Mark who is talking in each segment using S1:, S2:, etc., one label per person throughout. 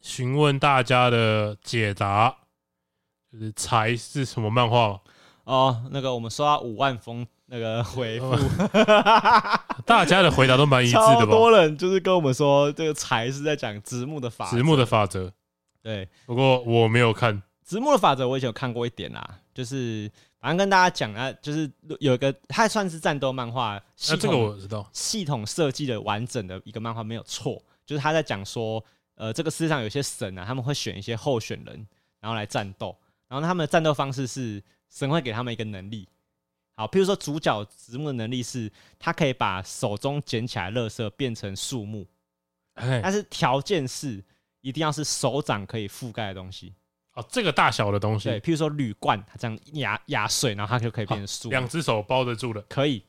S1: 询问大家的解答，就是才是什么漫画嘛？
S2: 哦，那个我们收到五万封那个回复，
S1: 大家的回答都哦蛮一致
S2: 超
S1: 的吧？
S2: 多人就是跟我们说这个才是在讲直木的法则，
S1: 直木的法则，
S2: 对
S1: 不过我没有看，
S2: 直木的法则我以前有看过一点啦，就是反正跟大家讲啊，就是有一个它算是战斗漫画系
S1: 那这个
S2: 统
S1: 我知道。
S2: 系统设计的完整的一个漫画没有错，就是他在讲说，呃，这个世界上有些神啊，他们会选一些候选人，然后来战斗，然后他们的战斗方式是神会给他们一个能力，好，譬如说主角直木的能力是他可以把手中捡起来的垃圾变成树木，
S1: 哎，
S2: 但是条件是一定要是手掌可以覆盖的东西，
S1: 哦，这个大小的东西，
S2: 对，譬如说铝罐，它这样压压碎，然后它就可以变成树木，
S1: 两只手包得住的，
S2: 可以。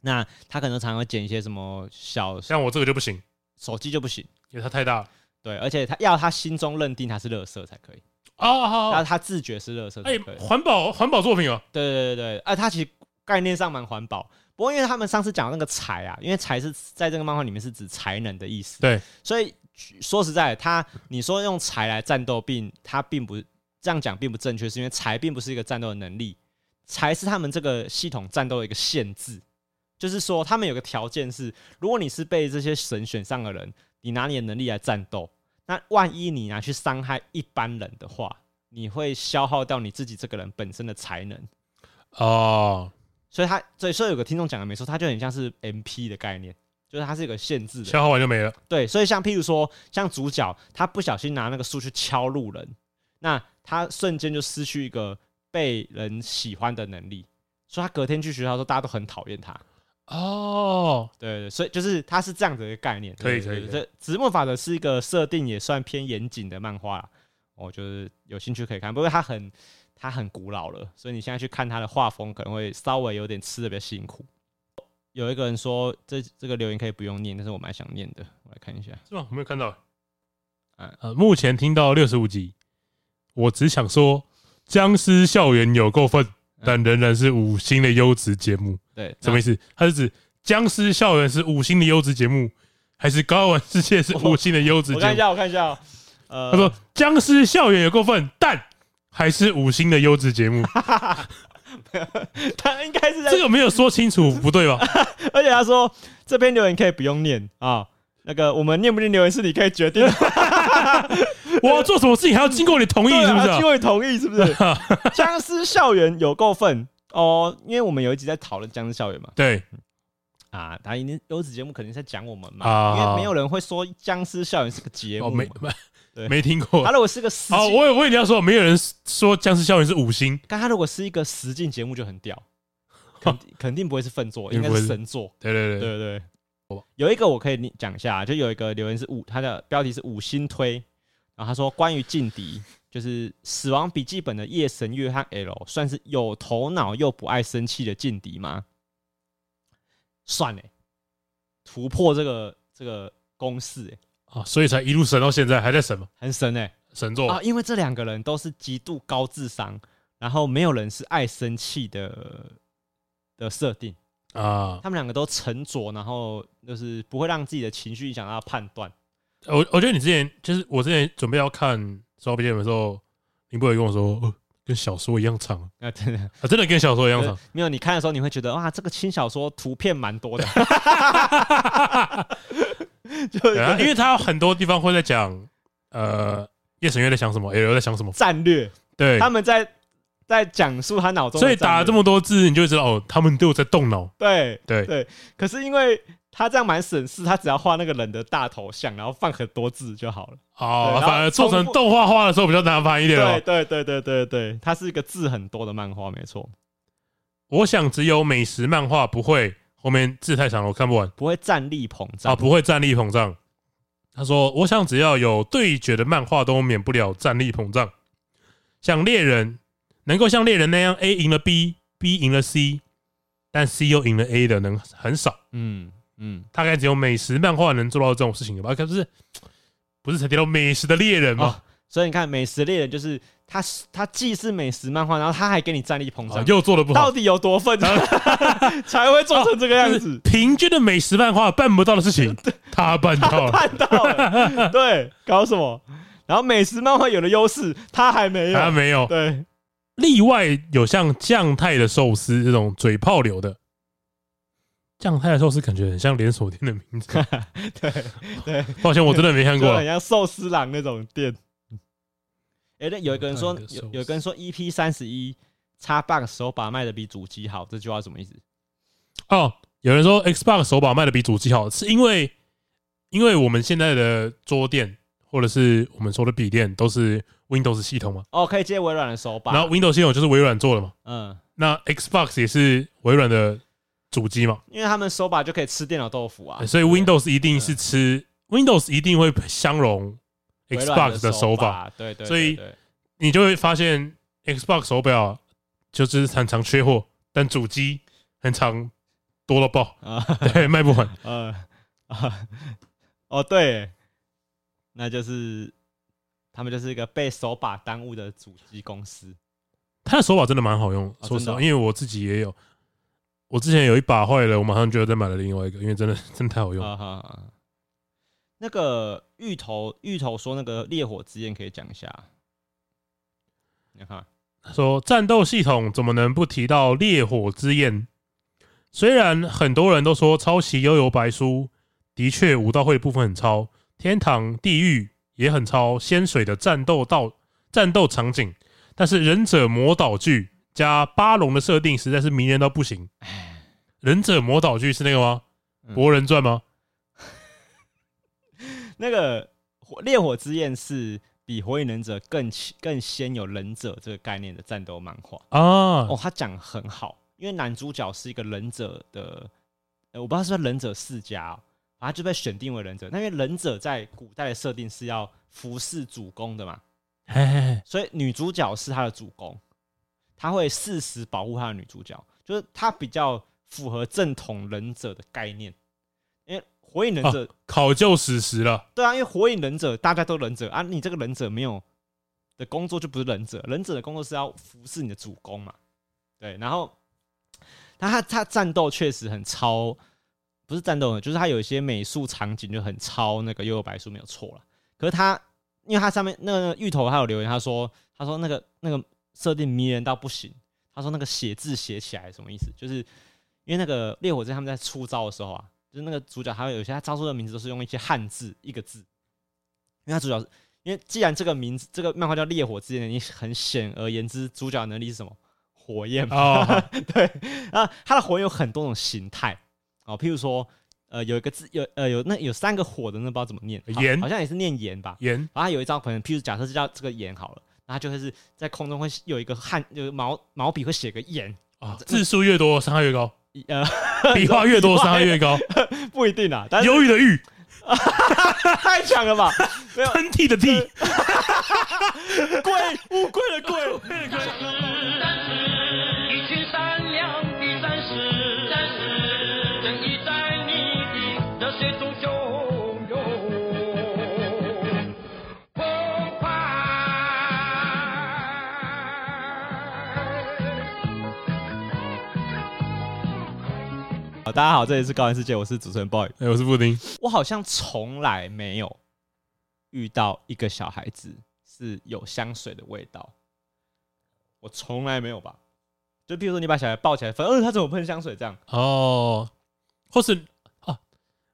S2: 那他可能常常会捡一些什么小
S1: 像我这个就不行，
S2: 手机就不行。
S1: 因为它太大了。
S2: 对，而且他要他心中认定他是垃圾才可以，
S1: 哦，好，
S2: 要
S1: 好
S2: 他自觉是垃圾才
S1: 哎
S2: 可以。，
S1: 环保环保作品哦，
S2: 对对对对，啊，他其实概念上蛮环保。不过因为他们上次讲的那个才啊，因为才是在这个漫画里面是指才能的意思。
S1: 对，
S2: 所以说实在的，他你说用才来战斗，并他并不这样讲并不正确，是因为才并不是一个战斗的能力，才是他们这个系统战斗的一个限制。就是说，他们有个条件是，如果你是被这些神选上的人，你拿你的能力来战斗，那万一你拿去伤害一般人的话，你会消耗掉你自己这个人本身的才能。
S1: 哦，
S2: 所以他，所以所以有个听众讲的没错，它就很像是 MP 的概念，就是它是有个限制的。
S1: 消耗完就没了。
S2: 对，所以像譬如说，像主角他不小心拿那个树去敲路人，那他瞬间就失去一个被人喜欢的能力，所以他隔天去学校的时候，大家都很讨厌他。
S1: 哦，
S2: 对对对，所以就是它是这样的一个概念。
S1: 可以
S2: 对对
S1: 可以
S2: 对这直木法则是一个设定也算偏严谨的漫画啦，我就是有兴趣可以看，不过它很它很古老了，所以你现在去看它的画风可能会稍微有点吃的比较辛苦。有一个人说这这个留言可以不用念，但是我蛮想念的，我来看一下。
S1: 是吗？我没有看到
S2: 嗯。
S1: 呃，目前听到六十五集，我只想说，僵尸校园有够分，
S2: 嗯
S1: 但仍然是五星的优质节目。
S2: 对，
S1: 什么意思？它是指僵尸校园是五星的优质节目，还是高玩世界是五星的优质
S2: 我
S1: 节
S2: 看一
S1: 目？
S2: 下，我看一下哦、呃，
S1: 他说僵尸校园有够分，但还是五星的优质节 目。
S2: 他应该是在
S1: 这个没有说清楚，不对 吧？
S2: 而且他说这篇留言可以不用念啊、那个我们念不念留言是你可以决定的，
S1: 我要做什么事情还要经过你同意，
S2: 对
S1: 是不
S2: 啊
S1: 是啊
S2: 经？过你同意是不是？ 僵尸校园有够分哦，因为我们有一集在讨论僵尸校园嘛，
S1: 对，
S2: 啊，他一定优质节目肯定是在讲我们嘛，
S1: 啊
S2: 因为没有人会说僵尸校园是个节
S1: 哦，
S2: 目
S1: 没
S2: 嘛。对
S1: 没没听过
S2: 他。如果是个实
S1: 好，
S2: 境，
S1: 哦我也我也要说，没有人说僵尸校园是五星。
S2: 但他如果是一个实境节目就很屌，肯定肯定不会是粪 作，
S1: 一定
S2: 应该
S1: 不会
S2: 是
S1: 是
S2: 神作。
S1: 对对对，
S2: 对对
S1: 好吧
S2: 对，有一个我可以讲一下，就有一个留言是五，他的标题是五星推，然后他说关于劲敌，就是《死亡笔记本》的夜神月和 L 算是有头脑又不爱生气的劲敌吗？算嘞、突破这个这个公式、欸，
S1: 啊，所以才一路神到现在，还在神嘛？
S2: 很神哎、
S1: 神作
S2: 啊，因为这两个人都是极度高智商，然后没有人是爱生气的的设定。
S1: 啊，
S2: 他们两个都沉着，然后就是不会让自己的情绪影响到判断。
S1: 我我觉得你之前就是我之前准备要看《死亡笔记本》的时候，林博伟跟我说，呃跟小说一样长啊
S2: 啊，真的，
S1: 啊，真的跟小说一样
S2: 就是
S1: 长。
S2: 没有你看的时候，你会觉得哇，这个轻小说图片蛮多的， 就
S1: 对啊，因
S2: 因为
S1: 为它有很多地方会在讲，呃，夜神月在想什么，L 在想什么，
S2: 战略，
S1: 对
S2: 他，们在在讲述他脑中的
S1: 所
S2: 战略，
S1: 以打了这么多字，你就会知道哦，他们都有在动脑。
S2: 对
S1: 对，
S2: 对。可是因为他这样蛮省事，他只要画那个人的大头像，然后放很多字就好了。
S1: 哦
S2: 对然，后
S1: 反而做成
S2: 重复
S1: 动画化的时候比较难翻一点
S2: 对
S1: 哦。
S2: 对对对对对，它是一个字很多的漫画，没错，
S1: 我想只有美食漫画不会，后面字太长了，我看不完。
S2: 不会战力膨胀
S1: 啊，不会战力膨胀。他说：“我想只要有对决的漫画，都免不了战力膨胀。像猎人能够像猎人那样，A 赢了 B，B 赢了 C，但 C 又赢了 A 的人很少，
S2: 嗯嗯，
S1: 大概只有美食漫画能做到这种事情了吧？可是不是才提到美食的猎人吗？
S2: 所以你看，美食猎人就是他，他既是美食漫画，然后他还给你战力膨
S1: 啊
S2: 胀，
S1: 又做的不
S2: 哦到
S1: 好，
S2: 底有多 愤才会做成这个样
S1: 就是
S2: 子？
S1: 平均的美食漫画办不到的事情，他办到了。
S2: 看到了，对，搞什么？然后美食漫画有的优势，它还没有。
S1: 他没有。
S2: 对，
S1: 例外有像酱太的寿司这种嘴炮流的，酱太的寿司感觉很像连锁店的名字。
S2: 对对，
S1: 抱歉，我真的没看过
S2: 就
S1: 了
S2: 很。像寿司郎那种店。哎、那有一个人说
S1: 有，
S2: 有有一个人说，EP 三十一插 bug 手把卖的比主机好，这句话什么意思？
S1: 哦，有人说 Xbox 手把卖的比主机好，是因为因为我们现在的桌垫或者是我们说的笔电都是 Windows 系统嘛，
S2: 哦，可以接微软的手把。
S1: 然后 Windows 系统就是微软做的嘛，
S2: 嗯，
S1: 那 Xbox 也是微软的主机嘛，
S2: 因为他们手把就可以吃电脑豆腐啊，
S1: 所以
S2: 对
S1: Windows 一定是吃 Windows 一定会相容
S2: 微软
S1: Xbox 的手把，
S2: 把，对对对
S1: 所以
S2: 对
S1: 你就会发现 Xbox 手表就是很常缺货，但主机很常多到 爆，
S2: 啊，
S1: 对，卖不完。
S2: 呃 啊，哦对，那就是他们就是一个被手把耽误的主机公司。
S1: 它的手把真的蛮好用，
S2: 哦
S1: 说实
S2: 真的
S1: 话，
S2: 哦
S1: 因为我自己也有，我之前有一把坏了，我马上就要再买了另外一个，因为真的真的太好用。
S2: 啊哈啊！那个芋头，芋头说那个烈火之焰可以讲一下。你看，
S1: 他说战斗系统怎么能不提到烈火之焰？虽然很多人都说抄袭《幽游白书》，的确武道会部分很抄，《天堂地狱》也很抄仙水的战斗道战斗场景，但是忍者魔导剧加巴龙的设定实在是迷人到不行。忍者魔导剧是那个吗？
S2: 哎嗯
S1: 《博人传》吗？
S2: 那个火烈火之焰是比火影忍者更起更先有忍者这个概念的战斗漫画
S1: 啊，
S2: 哦，他讲得很好，因为男主角是一个忍者的，呃我不知道是不是忍者世家、哦，反正他就被选定为忍者。那因为忍者在古代的设定是要服侍主公的嘛，
S1: 嘿嘿嘿。
S2: 所以女主角是他的主公，他会适时保护他的女主角，就是他比较符合正统忍者的概念。因为火影忍者、
S1: 考究史实了。
S2: 对啊，因为火影忍者大家都忍者啊，你这个忍者没有的工作就不是忍者，忍者的工作是要服侍你的主公嘛。对，然后但他他战斗确实很超，不是战斗，就是他有一些美术场景就很超那个《幽游白书》没有错了。可是他因为他上面那个芋头还有留言，他说他说那个那个设定迷人到不行，他说那个写字写起来什么意思？就是因为那个烈火之刃他们在出招的时候啊，就是那个主角还有有些他招出的名字都是用一些汉字一个字，因为他主角是因为既然这个名字这个漫画叫烈火之刃，你很显而言之主角的能力是什么？火焰嘛
S1: 哦
S2: 对啊，它的火焰有很多种形态哦，譬如说呃有一个字有呃有那有三个火的那不知道怎么念，好
S1: 炎
S2: 好像也是念炎吧，
S1: 盐
S2: 然后它有一张可能，譬如假设是叫这个眼好了，那它就会是在空中会有一个汗，有毛毛笔会写个眼，
S1: 啊，字数越多伤害越高，
S2: 一呃，
S1: 笔画越多伤害越 高。
S2: 不一定啊，但是
S1: 忧郁的 郁，
S2: 太强了吧？
S1: 喷嚏的嚏，
S2: 贵乌龟的贵，
S3: 一群善良的战士，战士，正义在你的热血中汹涌澎湃。
S2: 好，大家好，这里是高玩世界，我是主持人 boy，
S1: 哎，我是布丁。
S2: 我好像从来没有遇到一个小孩子是有香水的味道，我从来没有吧。就比如说你把小孩抱起来，反正、呃、他怎么喷香水这样，
S1: 哦，或是啊，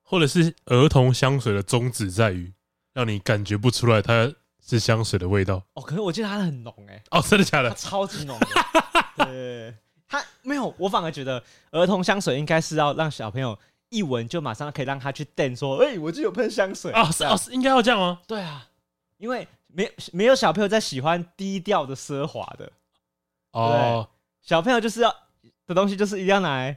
S1: 或者是儿童香水的宗旨在于让你感觉不出来它是香水的味道。
S2: 哦，可是我记得他很浓哎、
S1: 哦，真的假
S2: 它
S1: 的？
S2: 超级浓的。 对，它没有，我反而觉得儿童香水应该是要让小朋友一闻就马上可以让他去瞪说，哎、我就有喷香水
S1: 啊，是
S2: 这样
S1: 啊，是应该要这样吗？
S2: 哦对啊，因为没没有小朋友在喜欢低调的奢华的，
S1: 哦
S2: 小朋友就是要的东西就是一定要拿来，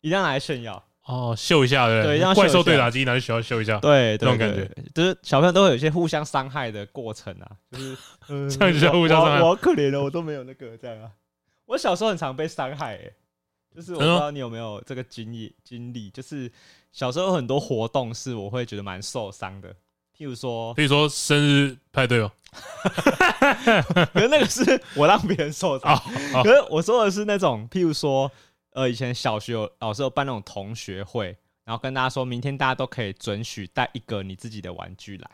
S2: 一定要拿来炫耀。
S1: 哦，秀一下对不
S2: 对让它秀
S1: 怪
S2: 一下
S1: 兽对打机拿去学校秀一下，
S2: 对，
S1: 这种
S2: 对
S1: 感
S2: 对
S1: 觉
S2: 就是小朋友都会有一些互相伤害的过程啊， 就是、嗯
S1: 这样就叫互相伤害
S2: 我我好可怜了，哦我都没有那个这样啊。我小时候很常被伤害、欸，就是我不
S1: 真的吗
S2: 知道你有没有这个经历经历，就是小时候有很多活动是我会觉得蛮受伤的，譬如说，
S1: 比如说生日派对哦。
S2: 可是那个是我让别人受伤，
S1: 啊啊
S2: 可是我说的是那种，譬如说，呃，以前小学有老师有办那种同学会，然后跟大家说明天大家都可以准许带一个你自己的玩具来。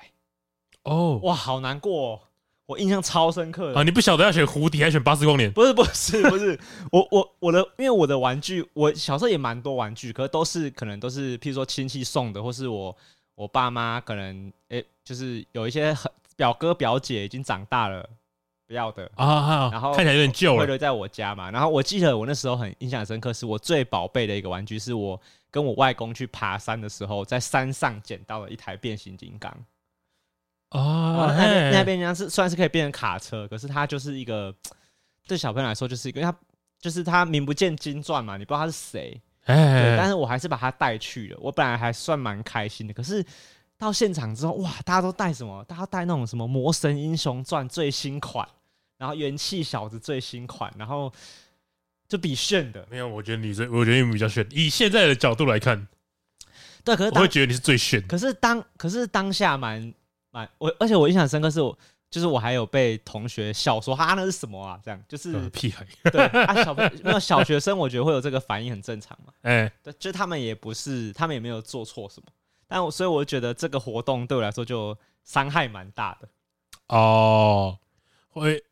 S1: 哦，
S2: 哇，好难过、哦，我印象超深刻的
S1: 啊，。你不晓得要选蝴蝶，还选巴斯光年？
S2: 不是不是不是， 我我我的，因为我的玩具，我小时候也蛮多玩具，可是都是可能都是，譬如说亲戚送的，或是我我爸妈可能诶、就是有一些很表哥表姐已经长大了，不要的，
S1: 啊啊，
S2: 然后
S1: 看起来有点旧
S2: 会
S1: 了
S2: 留在我家嘛。然后我记得我那时候很印象深刻，是我最宝贝的一个玩具，是我跟我外公去爬山的时候，在山上捡到了一台变形金刚。
S1: 啊
S2: 哦，那边那
S1: 嘿
S2: 边人家是虽然是可以变成卡车，可是它就是一个对小朋友来说就是一个，因为它就是它名不见经传嘛，你不知道他是谁。对，但
S1: 哎，
S2: 是我还是把他带去了。我本来还算蛮开心的，可是到现场之后，哇，大家都带什么？大家带那种什么《魔神英雄传》最新款，然后《元气小子》最新款，然后就比炫的。
S1: 没有，我觉得你最，我觉得你比较炫。以现在的角度来看，
S2: 对，可
S1: 我
S2: 是呃当
S1: 会觉得你是最炫的。
S2: 可是当可是当下蛮蛮我，而且我印象深刻是我。就是我还有被同学笑说哈那是什么啊？这样就是
S1: 呃屁孩，
S2: 对啊，小朋友没有小学生，我觉得会有这个反应很正常嘛。
S1: 哎，
S2: 对，就他们也不是，他们也没有做错什么，但我所以我觉得这个活动对我来说就伤害蛮大的。
S1: 哦，会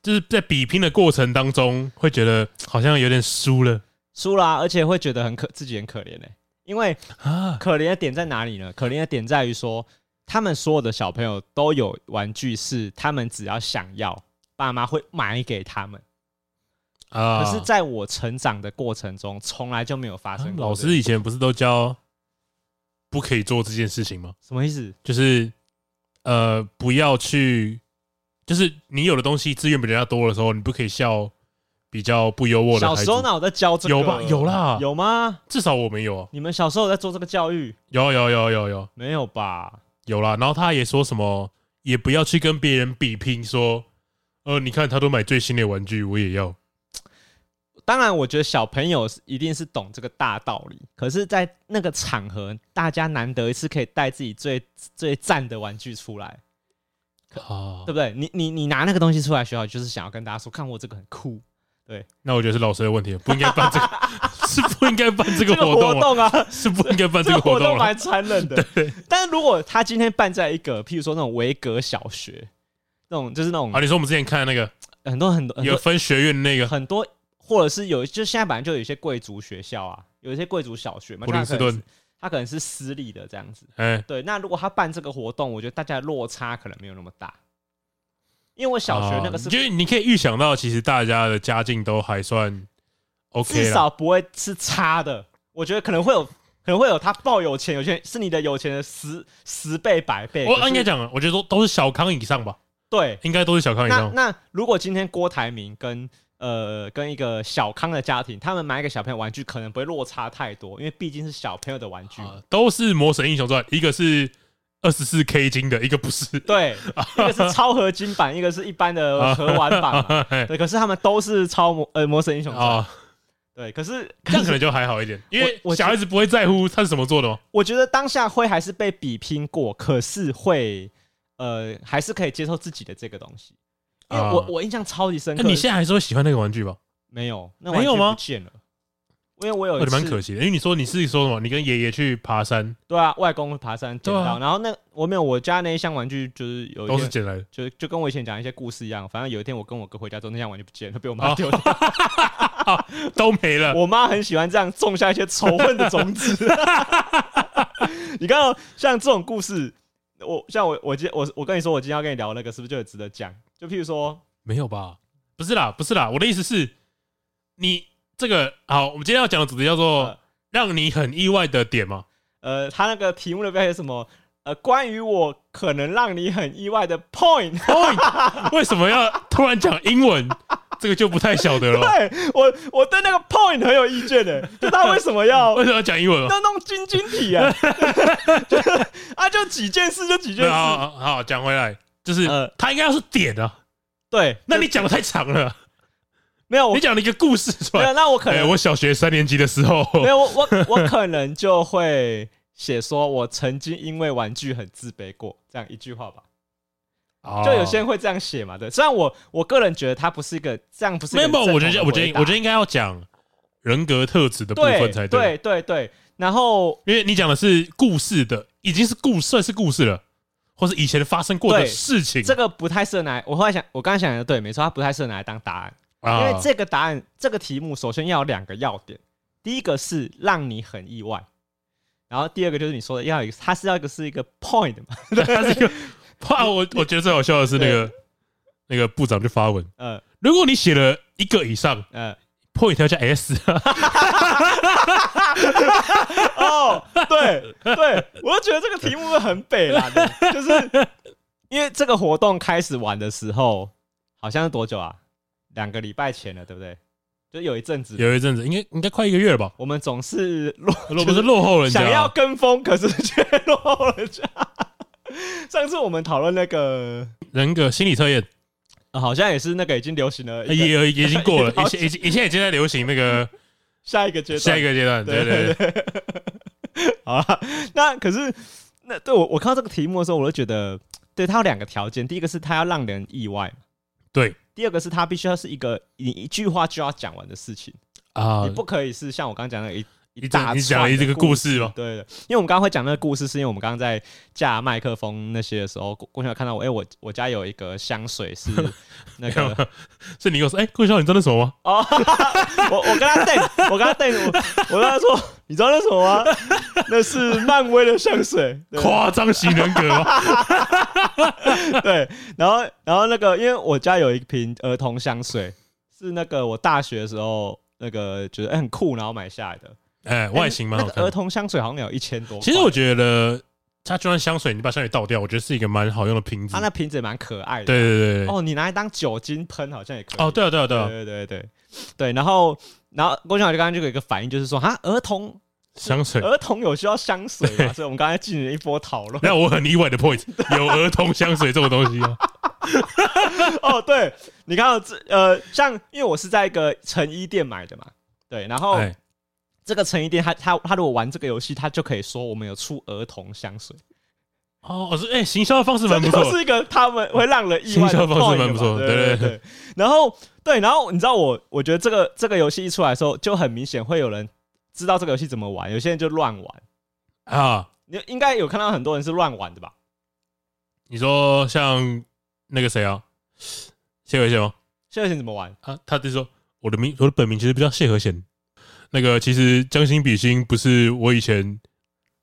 S1: 就是在比拼的过程当中，会觉得好像有点输了
S2: 输啦、而且会觉得很可自己很可怜嘞、因为
S1: 啊。
S2: 可怜的点在哪里呢？可怜的点在于说，他们所有的小朋友都有玩具，是他们只要想要，爸妈会买给他们。
S1: 啊！
S2: 可是，在我成长的过程中，从来就没有发
S1: 啊
S2: 生过
S1: 老
S2: 这个。
S1: 师以前不是都教不可以做这件事情吗？
S2: 什么意思？
S1: 就是呃，不要去，就是你有的东西资源比人家多的时候，你不可以笑比较不优渥的
S2: 小
S1: 孩子
S2: 时。候哪有在教这个？
S1: 有吧？有啦，
S2: 有吗？
S1: 至少我们有啊，
S2: 你们小时候有在做这个教育？
S1: 有啊有有有有
S2: 没有吧？
S1: 有啦。然后他也说什么，也不要去跟别人比拼，说呃，你看他都买最新的玩具，我也要。
S2: 当然，我觉得小朋友是一定是懂这个大道理，可是，在那个场合，大家难得一次可以带自己最最赞的玩具出来，
S1: 啊
S2: 对，不对？你你你拿那个东西出来，学校就是想要跟大家说，看我这个很酷，
S1: 那我觉得是老师的问题，不应该办这 个，是不应该办 这个
S2: 这个
S1: 活动
S2: 活
S1: 啊，
S2: 动啊，
S1: 是不应该办这
S2: 这
S1: 个
S2: 个活
S1: 活动啊
S2: 动啊
S1: 了。
S2: 蛮残 忍的。但是如果他今天办在一个，譬如说那种维格小学，那种就是那种
S1: 啊，你说我们之前看的那个
S2: 很多很多很
S1: 有
S2: 多
S1: 分学院的那 个
S2: 很多，或者是有，就现在本来就有一些贵族学校啊，有一些贵族小学嘛，
S1: 普林斯顿，
S2: 他可能是私立的这样子。
S1: 哎，
S2: 对，那如果他办这个活动，我觉得大家的落差可能没有那么大，因为我小学那个
S1: 啊
S2: 是
S1: 就是你可以预想到，其实大家的家境都还算 OK
S2: 至
S1: 啦。
S2: 少不会是差的。我觉得可能会有，可能会有他爆有钱，有些人是你的有钱的十十倍、百倍。可
S1: 我
S2: 是
S1: 应该啊讲，哎我觉得都都是小康以上吧，
S2: 对。
S1: 应该都是小康以
S2: 那
S1: 上。
S2: 那如果今天郭台铭跟呃跟一个小康的家庭，他们买给小朋友玩具，可能不会落差太多，因为毕竟是小朋友的玩具。
S1: 啊，都是《魔神英雄传》，一个是二十四 K 金的，一个不是。
S2: 对，一个是超合金版，一个是一般 的盒玩版嘛。
S1: 哎
S2: 对，可是他们都是超魔呃魔神英雄传。
S1: 啊，
S2: 对，可是
S1: 这样可能就还好一点，因为
S2: 我我
S1: 小孩子不会在乎他是怎么做的嘛。
S2: 我觉得当下会还是被比拼过，可是会呃还是可以接受自己的这个东西，因为我、
S1: 啊
S2: 我印象超级深
S1: 那
S2: 刻。
S1: 你现在还是会喜欢那个玩具吧？
S2: 没有那
S1: 没有
S2: 玩具
S1: 吗
S2: 不见了，因为我有
S1: 我
S2: 一
S1: 觉得
S2: 次
S1: 蛮可惜的，因为哦你说你是说什么？你跟爷爷去爬山
S2: 对啊，外公爬山捡
S1: 对啊
S2: 到，然后那我没有我家那一箱玩具就是有一
S1: 都是捡
S2: 天
S1: 来的，
S2: 就就跟我以前讲一些故事一样，反正有一天我跟我哥回家之后，那箱玩具不见了，被我妈
S1: 哦
S2: 丢掉。
S1: 都没 了。
S2: 我妈很喜欢这样种下一些仇恨的 种子。你看到像这种故事，我像我我今我我跟你说，我今天要跟你聊那个，是不是就很值得讲？就譬如说，
S1: 没有吧？不是啦，不是啦，我的意思是，你这个好，我们今天要讲的主题叫做
S2: 呃
S1: 让你很意外的点嘛。
S2: 呃，他那个题目的标题是什么？呃，关于我可能让你很意外的 point，
S1: 哦为什么要突然讲英文？这个就不太晓得 了。
S2: 对我我对那个 point 很有意见的，就他为什么要
S1: 为什么要讲英文嘛？啊
S2: 要弄晶晶 体啊？ 就是啊，就几件事，就几件
S1: 对好
S2: 事，
S1: 好好，讲回来，就是
S2: 呃
S1: 他应该要是点啊。
S2: 对，
S1: 那你讲的太长了，
S2: 没有我
S1: 你讲了一个故事出
S2: 没有，
S1: 来。
S2: 那我可
S1: 哎，
S2: 能
S1: 我小学三年级的时候，
S2: 没有，我我我可能就会写说，我曾经因为玩具很自卑过，这样一句话吧。
S1: 哦
S2: 就有些人会这样写嘛，对。虽然我我个人觉得他不是一个这样，不是一
S1: 哦没
S2: 个
S1: 有，没有我觉得
S2: 很正
S1: 我
S2: 统
S1: 觉得
S2: 的回答
S1: 我觉得应该要讲人格特质的部
S2: 对
S1: 分才嗯
S2: 对对对。然后
S1: 因为你讲的是故事的，已经是故算是故事了。或是以前发生过的
S2: 对
S1: 事情
S2: 这个不太适合拿来。我后来想，我刚才想的对，没错，它不太适合拿来当答案，因为
S1: 啊，
S2: 这个答案这个题目首先要有两个要点，第一个是让你很意外，然后第二个就是你说的要有一个，它是要一个是一个 point 嘛，
S1: 他这个，哇， 我我觉得最好笑的是那个那个部长就发文，
S2: 呃
S1: 如果你写了一个以上
S2: 呃，
S1: ，point 要加 s，
S2: 哦，对对，我就觉得这个题目会很北 啦，就是因为这个活动开始玩的时候，好像是多久啊？两个礼拜前了，对不对？就有一阵子，
S1: 有一阵子应该应该快一个月了吧，
S2: 我们总是落，
S1: 我不是落后人
S2: 想要
S1: 家，
S2: 跟风，可是却落后人家。 上次我们讨论那个、
S1: 人格心理测验
S2: 呃好像也是那个已经流行了一
S1: 哎也
S2: 个
S1: 也已经 过了，
S2: 好
S1: 已经已经现在已经在流行那个
S2: 下一个阶段，
S1: 下一个阶段，对对对，
S2: 对对。 好了，那可是那对我我看到这个题目的时候，我就觉得，对它有两个条件，第一个是它要让人意外嘛，
S1: 对
S2: 第二个是它必须要是一个你一句话就要讲完的事情，
S1: 啊
S2: 你，不可以是像我刚刚讲的一一
S1: 你
S2: 大
S1: 讲你讲了一
S2: 串的
S1: 这个故事吧，
S2: 对的，因为我们刚刚会讲那个故事，是因为我们刚刚在架麦克风那些的时候，郭郭晓看到我，哎、我我家有一个香水是 那个，
S1: 是你跟我说，哎，顾笑你知道那什么吗？
S2: 哦，我我跟他瞪，我跟他瞪，我我跟他说， 你知道那什么吗？ 那是漫威的香水，对
S1: 夸张型人格哦 吗？
S2: 对，然后然后那个，因为我家有一瓶儿童香水，是那个我大学的时候那个觉得、哎很酷，然后买下来的，
S1: 哎，外形蛮
S2: 那
S1: 好
S2: 个
S1: 看
S2: 儿
S1: 的。
S2: 童香水好像有一千多块，
S1: 其实我觉得，它就算香水，你把香水倒掉，我觉得是一个蛮好用的瓶子
S2: 它。那瓶子也蛮可爱的，
S1: 对对对对，
S2: 哦，你拿来当酒精喷好像也可以。
S1: 哦，对啊对啊对啊，
S2: 对对对对对然后然后郭俊豪就刚刚就有一个反应，就是说哈，儿童
S1: 香水。
S2: 儿童有需要香水嘛，
S1: 对
S2: 所以我们刚才进行了一波讨论。
S1: 那我很意外的 point，有儿童香水这种 东西吗？
S2: 哦，对，你看到这呃，像因为我是在一个成衣店买的嘛，对，然后
S1: 哎，
S2: 这个成衣店他他他如果玩这个游戏，他就可以说我们有出儿童香水，
S1: 哦，我说哎，行销的方式蛮
S2: 这
S1: 不
S2: 就
S1: 错，
S2: 是一个他们会让人意
S1: 行
S2: 外的
S1: 销方式
S2: point
S1: 蛮不错
S2: 嘛
S1: 对
S2: 对
S1: 对
S2: 对对。然后对，然后你知道我，我觉得这个这个游戏一出来的时候，就很明显会有人知道这个游戏怎么玩，有些人就乱玩。
S1: 啊。
S2: 你应该有看到很多人是乱玩的吧？
S1: 你说像那个谁啊，谢和弦吗？
S2: 谢和弦怎么玩？
S1: 啊，他就说我的名，我的本名其实不叫谢和弦。那个其实将心比心不是我以前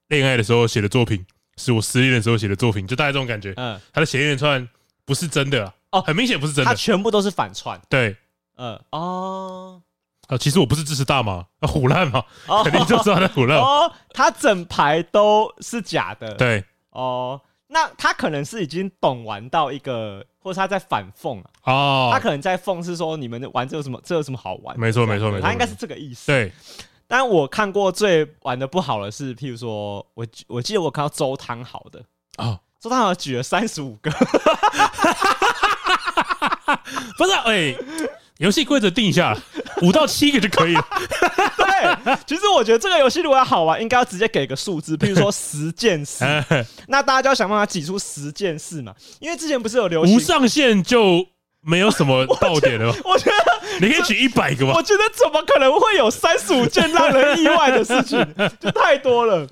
S1: 恋爱的时候写的作品，是我失恋的时候写的作品，就大概这种感觉。
S2: 嗯，
S1: 他的谐音串不是真的啦啊
S2: 哦
S1: 很明显不是真
S2: 它
S1: 的。
S2: 全部都是反串。
S1: 对
S2: 嗯，哦，
S1: 啊，其实我不是支持大麻，啊，虎烂嘛，
S2: 哦
S1: 肯定就知道他在虎烂。
S2: 哦，它整排都是假的。，
S1: 对
S2: 哦，那他可能是已经懂玩到一个，或是他在反讽啊，
S1: 哦
S2: 他，可能在讽刺说你们玩这有什么，这有什么好玩？
S1: 没错没错
S2: 对
S1: 没错
S2: 他应该是这个意思。
S1: 对
S2: 但我看过最玩的不好的是，譬如说我记我记得我看到周汤好的，
S1: 哦，
S2: 周汤好举了三十五个，
S1: 不是啊哎，游戏规则定一下，五到七个就可以 了。
S2: 对，其实我觉得这个游戏如果要好玩，应该要直接给个数字，譬如 说十件事，
S1: 哎
S2: 那大家就要想办法挤出十件事嘛。因为之前不是有流行
S1: 无，上限就没有什么爆点了吧？
S2: 我觉得
S1: 你可以举一百个吧
S2: 我？觉得怎么可能会有三十五件让人意外的事情，就太多了。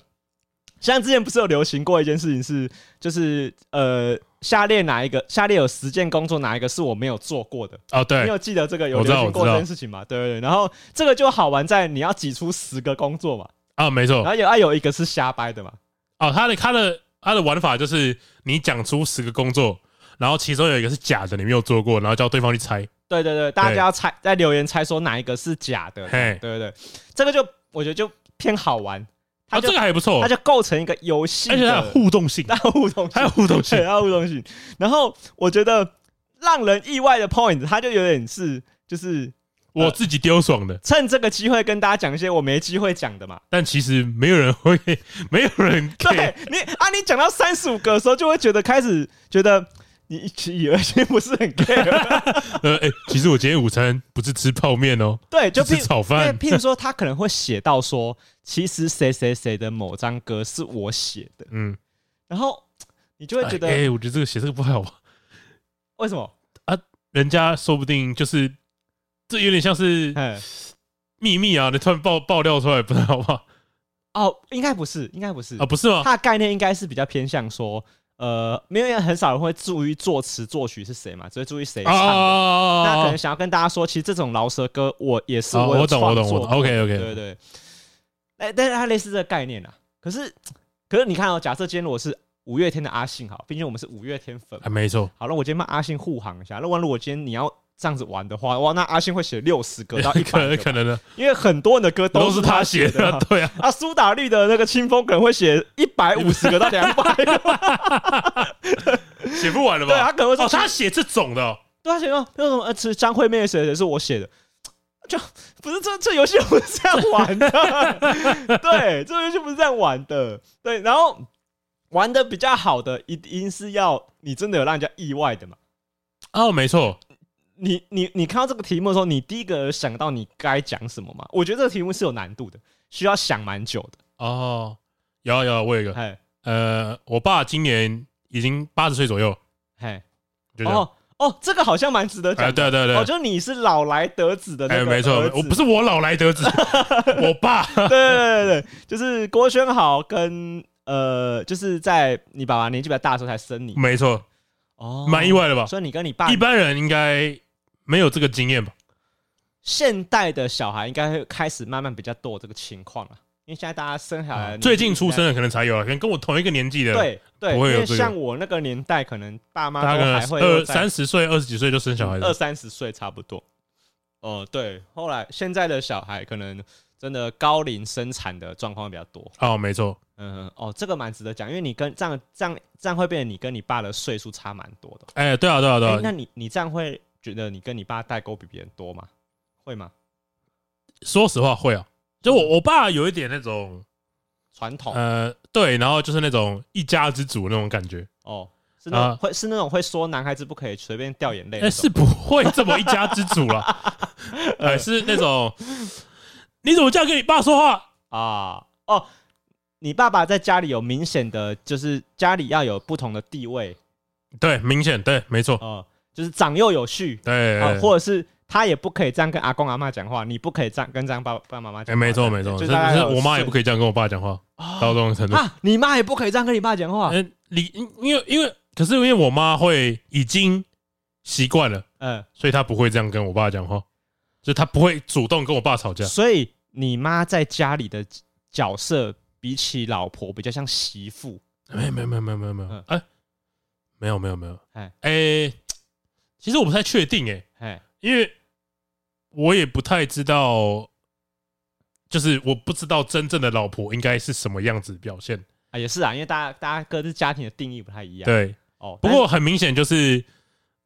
S2: 像之前不是有流行过一件事情是，就是呃，下列哪一个下列有十件工作，哪一个是我没有做过的？
S1: 哦，
S2: 你
S1: 对
S2: 有记得这个有
S1: 我知
S2: 流
S1: 道
S2: 行过
S1: 我知
S2: 这
S1: 道
S2: 件事情嘛？对对对。然后这个就好玩在你要挤出十个工作嘛，
S1: 啊，没
S2: 然
S1: 错
S2: 后有啊有一个是瞎掰的嘛，
S1: 哦，他的他的他的玩法就是你讲出十个工作，然后其中有一个是假的，你没有做过，然后叫对方去猜。
S2: 对对对，大
S1: 对
S2: 家要猜在留言猜说哪一个是假的，
S1: 嘿
S2: 对对对，这个就我觉得就偏好玩，它
S1: 啊，
S2: 就、
S1: 这个还不错
S2: 它，就构成一个游戏
S1: 而且它有
S2: 的
S1: 互动 性，
S2: 它有互动
S1: 它
S2: 性
S1: 有，互动性
S2: 对，。它有互动性。然后我觉得让人意外的 point，它就有点是就是
S1: 我自己丢爽的，
S2: 趁这个机会跟大家讲一些我没机会讲 的嘛。
S1: 但其实没有人会，没有人 care
S2: 对。你啊，你讲到三十五个的时候，就会觉得开始觉得你以为先不是很 care，
S1: 呃，哎、其实我今天午餐不是吃泡面哦，
S2: 对，就
S1: 不是
S2: 譬
S1: 吃炒
S2: 因为
S1: 饭。
S2: 譬如说，他可能会写到说，其实谁谁谁的某张歌是我写的，
S1: 嗯，
S2: 然后你就会觉
S1: 哎、
S2: 得
S1: 我觉得这个写这个不太好吧？
S2: 为什么？
S1: 人家说不定就是，这有点像是
S2: 哎，
S1: 秘密啊，你突然爆爆料出来，不太好吧？
S2: 哦，应该不是，应该不是
S1: 啊，不是吗？
S2: 他的概念应该是比较偏向说，呃，没有因为很少人会注意作词作曲是谁嘛，只会注意谁
S1: 啊
S2: 唱
S1: 啊
S2: 的。
S1: 啊
S2: 那可
S1: 啊
S2: 能想要跟大家说，其实这种饶舌歌我也是
S1: 啊！
S2: 有
S1: 我懂，我
S2: 创
S1: 懂，
S2: 作
S1: 我懂。
S2: 过
S1: OK OK，
S2: 对对，哎，但是它类似这个概念啊。可是，可是你看哦，假设今天我是五月天的阿信，好，毕竟我们是五月天粉嘛，
S1: 啊，没错，
S2: 好，那我今天帮阿信护航一下。那万一如果今天你要这样子玩的话，哇，那阿信会写六十歌到一 百
S1: 可
S2: 个
S1: 可
S2: 吧，
S1: 能的，
S2: 因为很多人的歌
S1: 都
S2: 是
S1: 是他
S2: 写
S1: 写的，
S2: 嘛
S1: 对啊，
S2: 啊，苏打绿的那个清风可能会写一百五十个到两百 个，
S1: 写不完了吧？
S2: 对，他可能会说
S1: 哦，他写这种的哦，
S2: 对啊，写说那种呃，是张惠妹写的，是我写的，就不是这这游戏不是这样玩的，对，这游戏不是这样玩的，对，然后玩的比较好的，一定是要你真的有让人家意外的嘛。
S1: 哦，没错，
S2: 你你你看到这个题目的时候，你第一个想到你该讲什么吗？我觉得这个题目是有难度的，需要想蛮久的。
S1: 哦，有啊有啊，我有一个，
S2: 嘿，
S1: 呃，我爸今年已经八十岁左右，
S2: 嘿，
S1: 就这样，
S2: 哦哦，这个好像蛮值得
S1: 哎，
S2: 讲的。
S1: 对对
S2: 哦，
S1: 对，
S2: 就是你是老来得子的那
S1: 哎，
S2: 个
S1: 没错
S2: 儿，子
S1: 我不是我老来得 子，我爸，
S2: 对对对对，对，就是郭轩豪跟呃，就是在你爸爸年纪比较大的时候才生你，
S1: 没错，
S2: 哦，啊
S1: 蛮意。外的吧？
S2: 所以你跟你爸
S1: 一，般人应该没有这个经验吧？
S2: 现代的小孩应该会开始慢慢比较多这个情况了，因为现在大家生小啊孩的年纪应该，
S1: 哦啊最近出生的可能才有啊，可能跟我同一个年纪的，，
S2: 对对，
S1: 不
S2: 因
S1: 会有
S2: 为
S1: 这个
S2: 像我那个年代，可能爸妈
S1: 他
S2: 都
S1: 可能
S2: 还会
S1: 二
S2: 在
S1: 三十岁、二十几岁就生小孩
S2: 二
S1: 子，
S2: 三十岁差不多。哦，对，后来现在的小孩可能真的高龄生产的状况比较多。
S1: 哦，没错，
S2: 嗯，哦，这个蛮值得讲，因为你跟这样这样这样会变成你跟你爸的岁数差蛮多的。
S1: 哎，对啊，对啊，对
S2: 哎、
S1: 啊
S2: 那，你你这样会觉得你跟你爸代沟比别人多吗？会吗？
S1: 说实话会啊，就我我爸有一点那种，
S2: 传统、
S1: 呃，对，然后就是那种一家之主那种感觉，
S2: 哦，是那种
S1: 啊
S2: 会、是那种会说男孩子不可以随便掉眼泪
S1: 哎、
S2: 那种。
S1: 是不会这么一家之主 了，哎、是那种你怎么这样跟你爸说话？
S2: 啊哦，你爸爸在家里有明显的，就是家里要有不同的地位
S1: 对，明显对，没错，
S2: 哦、就是长幼有序
S1: 对，
S2: 啊、或者是他也不可以这样跟阿公阿妈讲话，你不可以这样跟这样爸爸妈妈
S1: 哎、
S2: 讲话。
S1: 没错没错，
S2: 就是大家
S1: 是，
S2: 有
S1: 我妈也不
S2: 顺
S1: 可以这样跟我爸讲话，到这种程度，
S2: 啊，你妈也不可以这样跟你爸讲话。
S1: 嗯、你因为因为可是因为我妈会已经习惯了，
S2: 嗯、
S1: 所以她不会这样跟我爸讲话，就她不会主动跟我爸吵架，
S2: 所以你妈在家里的角色比起老婆比较像媳妇。
S1: 没有没有没有没有没有没有
S2: 嗯，
S1: 哎、没有没有没有，
S2: 哎
S1: 哎、其实我不太确定哎、
S2: 哎，
S1: 因为我也不太知道，就是我不知道真正的老婆应该是什么样子表现。
S2: 啊也是啊，因为大家大家各自家庭的定义不太一样。
S1: 对，
S2: 哦，
S1: 不过很明显就是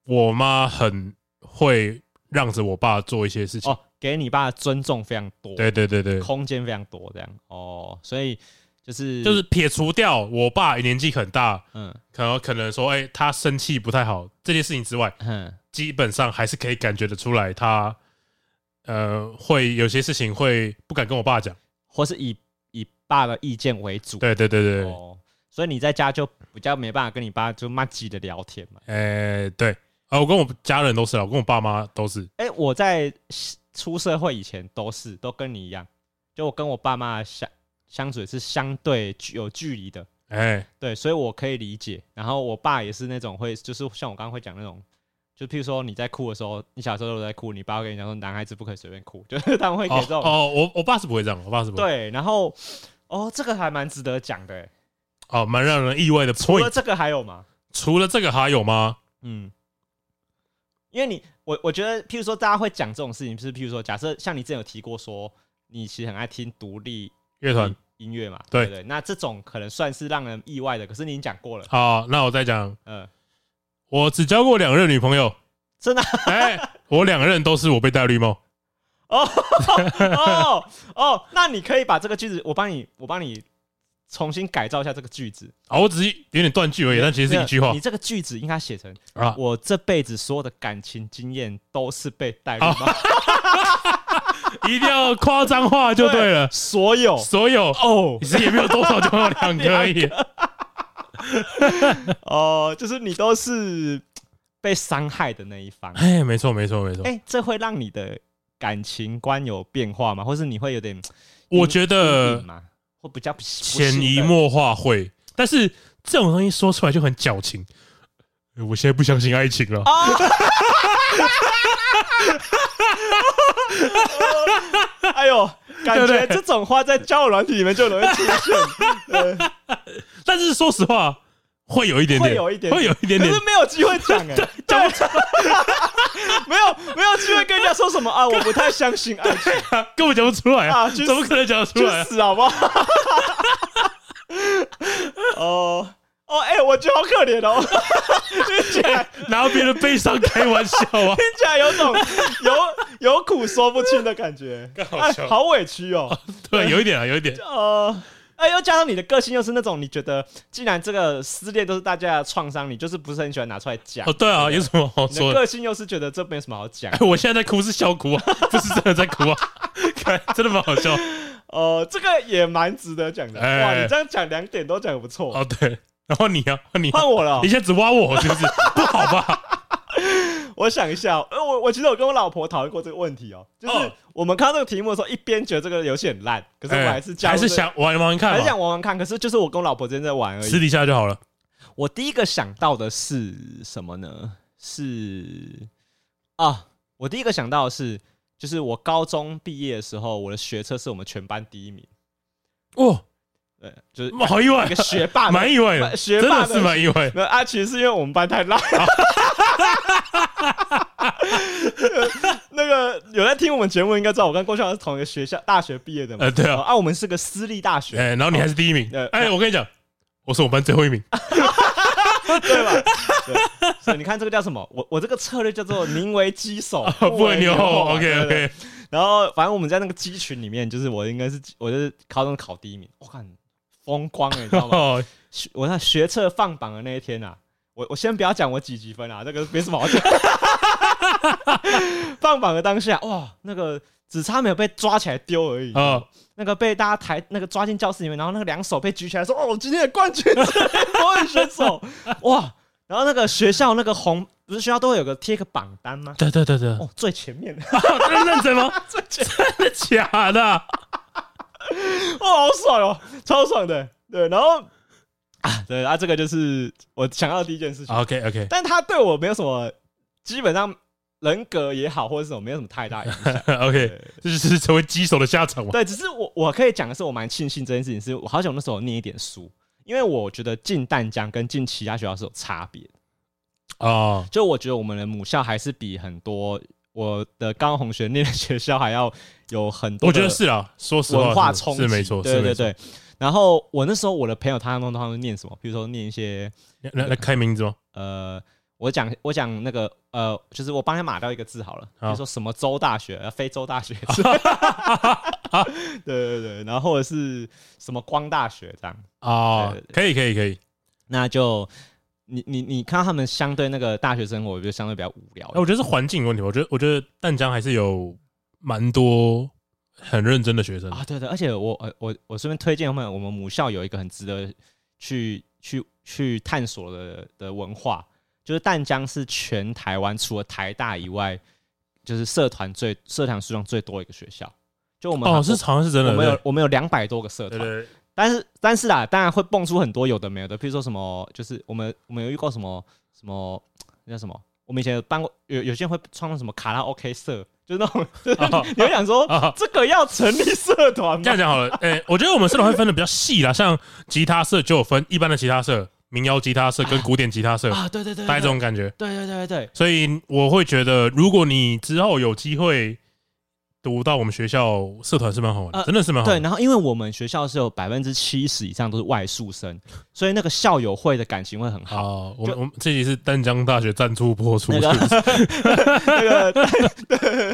S1: 我妈很会让着我爸做一些事
S2: 但
S1: 情。
S2: 哦，给你爸的尊重非常多，
S1: 对对对对，
S2: 空间非常多，这样哦，所以就是
S1: 就是撇除掉我爸年纪很大，
S2: 嗯
S1: 可能可能说，哎、他生气不太好这件事情之外，
S2: 嗯
S1: 基本上还是可以感觉得出来他。呃，会有些事情会不敢跟我爸讲，
S2: 或是以以爸的意见为主，
S1: 对对对对，对
S2: 哦，所以你在家就比较没办法跟你爸就骂鸡的聊天嘛。
S1: 哎、对，啊，我跟我家人都是啊啦，我跟我爸妈都是，
S2: 哎、我在出社会以前都是都跟你一样，就我跟我爸妈相相处也是相对具有距离的，
S1: 哎、
S2: 对，所以我可以理解。然后我爸也是那种会，就是像我刚刚会讲那种，就譬如说你在哭的时候，你小时候如果在哭，你爸会跟你讲说男孩子不可以随便哭， 就是他们会给
S1: 哦
S2: 这种、
S1: 哦，我我爸是不会这样，我爸是不会，
S2: 对。然后哦，这个还蛮值得讲的欸。
S1: 哦，蛮让人意外的
S2: 除了
S1: point。
S2: 这个还有吗？
S1: 除了这个还有吗？
S2: 嗯，因为你我我觉得，譬如说大家会讲这种事情，就是譬如说，假设像你之前有提过说，你其实很爱听独立
S1: 乐团
S2: 音音乐嘛，
S1: 对
S2: 对不对，那这种可能算是让人意外的，可是你已经讲过了，
S1: 好，那我再讲，
S2: 嗯，
S1: 我只交过两任女朋友，
S2: 真的啊
S1: 哎、我两任都是我被戴绿帽，
S2: 哦哦，那你可以把这个句子，我帮你，我帮你重新改造一下这个句子。
S1: 啊、我只是有点断句而已，但其实
S2: 没
S1: 是
S2: 有
S1: 一句话
S2: 你这个句子应该写成
S1: 啊：“。
S2: 我这辈子所有的感情经验都是被带
S1: 哦
S2: 入吗？。
S1: 一定要夸张化 就对了
S2: 所有
S1: 所有
S2: 哦
S1: 其实也没有多少，就有两个而已。
S2: 哦，就是你都是被伤害的那一 方。
S1: 哎，没错，没错，没错。
S2: 哎，这会让你的感情观有变化吗？或是你会有点
S1: 我觉
S2: 阴
S1: 得
S2: 影吗？会比较不
S1: 潜移默化会，但是这种东西说出来就很矫情。呃我现在不相信爱情了，
S2: 啊哦 哎呦，感
S1: 对不
S2: 觉
S1: 对
S2: 这种话在交友软体里面就容易出现，
S1: 但是说实话，会有一点点，
S2: 会有一点
S1: 会有一点
S2: 可
S1: 点
S2: 是没有机会讲 哎，讲不出， 没有没有机会跟人家说什么啊，我不太相信爱情，
S1: 啊根本讲不出来啊，
S2: 啊去死
S1: 怎么可能讲得出
S2: 去
S1: 来啊？
S2: 死好不好？ 哦哦，哎，我觉得好可怜哦， 听起来
S1: 拿别人悲伤开玩笑 啊！
S2: 听起来有种有有苦说不清的 感觉，
S1: 干好
S2: 哎
S1: 笑，
S2: 好委 屈哦。
S1: 对，有一点啊，有一点，
S2: 呃，哎，又加上你的个性又是那种你觉得，既然这个失恋都是大家的创伤，你就是不是很喜欢拿出来讲
S1: 哦，。对啊，有什么好
S2: 你的
S1: 说的？
S2: 个性又是觉得这没什么好讲
S1: 哎，，我现在在哭是笑哭啊，不是真的在哭啊，看真的蛮好 笑。
S2: 呃，这个也蛮值得讲的。
S1: 哎
S2: 哇，你这样讲两点都讲得不错，
S1: 哦，对，然后你啊，你啊
S2: 换我了哦
S1: 你。现在只挖我是不是？不好吧？
S2: 我想一下哦，呃，我我其实我跟我老婆讨论过这个问题哦，就是
S1: 哦
S2: 我们看到这个题目的时候，一边觉得这个游戏很烂， 可是我
S1: 哎
S2: 还是加入
S1: 还是
S2: 这个
S1: 想玩玩看
S2: 还是
S1: 嘛，
S2: 想玩玩看，可是就是我跟我老婆之间在玩而
S1: 私
S2: 已。
S1: 底下就好了。
S2: 我第一个想到的是什么呢？是啊，我第一个想到的是，就是我高中毕业的时候，我的学测是我们全班第一名，
S1: 哇，
S2: 对，就是
S1: 好意外
S2: 一个，学霸
S1: 蛮意外的，
S2: 学
S1: 真
S2: 霸
S1: 的是蛮意外的。
S2: 没有啊，其实是因为我们班太烂。 那个有在听我们节目，应该知道我跟郭校长是同一个学校大学毕业的嘛？
S1: 呃对啊
S2: 哦啊，我们是个私立大学，
S1: 哎，然后你还是第一名
S2: 呃。啊
S1: 哎，我跟你讲，我是我们班最后一名。，
S2: 对吧？对 所以你看这个叫什么？我我这个策略叫做宁为鸡首
S1: 不为牛
S2: 后
S1: 后
S2: 嘛对
S1: ，OK
S2: 不对
S1: OK，
S2: 然后反正我们在那个鸡群里面，就是我应该是我就是高中考第一名，我看风光哎、你知道吗？
S1: 哦，
S2: 学我那学测放榜的那一天啊，我我先不要讲我几几分啊，那个没什么好讲。 放榜的当下，哇，那个只差没有被抓起来丢而已
S1: 啊
S2: 那个被大家抬，那个抓进教室里面，然后那个两手被举起来说：“哦，我今天的冠军是国语选手。”哇！然后那个学校那个红，不是学校都会有个贴个榜单吗？
S1: 对对对对，
S2: 哦，最前面 的，
S1: 真的认真吗？
S2: 最前
S1: 真的假的？
S2: 哦，好爽哦，超爽的。对，然后啊，对啊，这个就是我想要的第一件事情。
S1: OK OK，
S2: 但他对我没有什么，基本上人格也好，或者是什么，没有什么太大影响。
S1: OK，这就是成为鸡手的下场嘛。
S2: 对，只是我我可以讲的是，我蛮庆幸这件事情，是我好想那时候念一点书，因为我觉得进淡江跟进其他学校是有差别的。
S1: 哦，
S2: 就我觉得我们的母校还是比很多我的高中同学念的学校还要有很多，
S1: 我觉得是啊，说实话
S2: 文化
S1: 是
S2: 冲击，
S1: 是没错，
S2: 对对
S1: 是没错。
S2: 对。然后我那时候我的朋友他们他们念什么？比如说念一些
S1: 那那那开名字吗？
S2: 呃，我讲我讲那个呃，就是我帮他码掉一个字好了，比如
S1: 好
S2: 说什么州大学、呃、非洲大学之类的，对对对，然后或者是什么光大学这样，
S1: 哦
S2: 对对，
S1: 可以可以可以。
S2: 那就你你你看到他们相对那个大学生活，我觉得相对比较无聊
S1: 哎，。我觉得是环境问题。我觉得我觉得淡江还是有蛮多很认真的学生。
S2: 啊，对对，而且我呃我我顺便推荐他们，我们母校有一个很值得去去去探索的的文化，就是淡江是全台湾除了台大以外，就是社团最社团数量最多的一个学校。就我们
S1: 哦，
S2: 好
S1: 是好像是真
S2: 我
S1: 的。
S2: 们有
S1: 对
S2: 我们有两百多个社
S1: 对
S2: 团，
S1: 对，
S2: 但是但是啊啦，当然会蹦出很多有的没有的，譬如说什么，就是我们我们有遇过什么什么那叫什么，我们以前有办过有有些人会创什么卡拉 OK 社，就是那种， 就是你会想说、
S1: 哦
S2: 这个要成立社团
S1: 这
S2: 吗
S1: 样？讲好了。哎，我觉得我们社团会分的比较细啦，像吉他社就有分一般的吉他社、民谣吉他社跟古典吉他社，
S2: 啊，对对对，对
S1: 大概这种感觉。
S2: 对对对对对，
S1: 所以我会觉得，如果你之后有机会读到我们学校社团是蛮好玩的，
S2: 呃
S1: 真的是蛮好
S2: 对，
S1: 玩的。
S2: 然后因为我们学校是有百分之七十以上都是外宿生，所以那个校友会的感情会很好。
S1: 好，啊我们我们这集是淡江大学赞助播出，
S2: 那个
S1: 是 不是
S2: 那个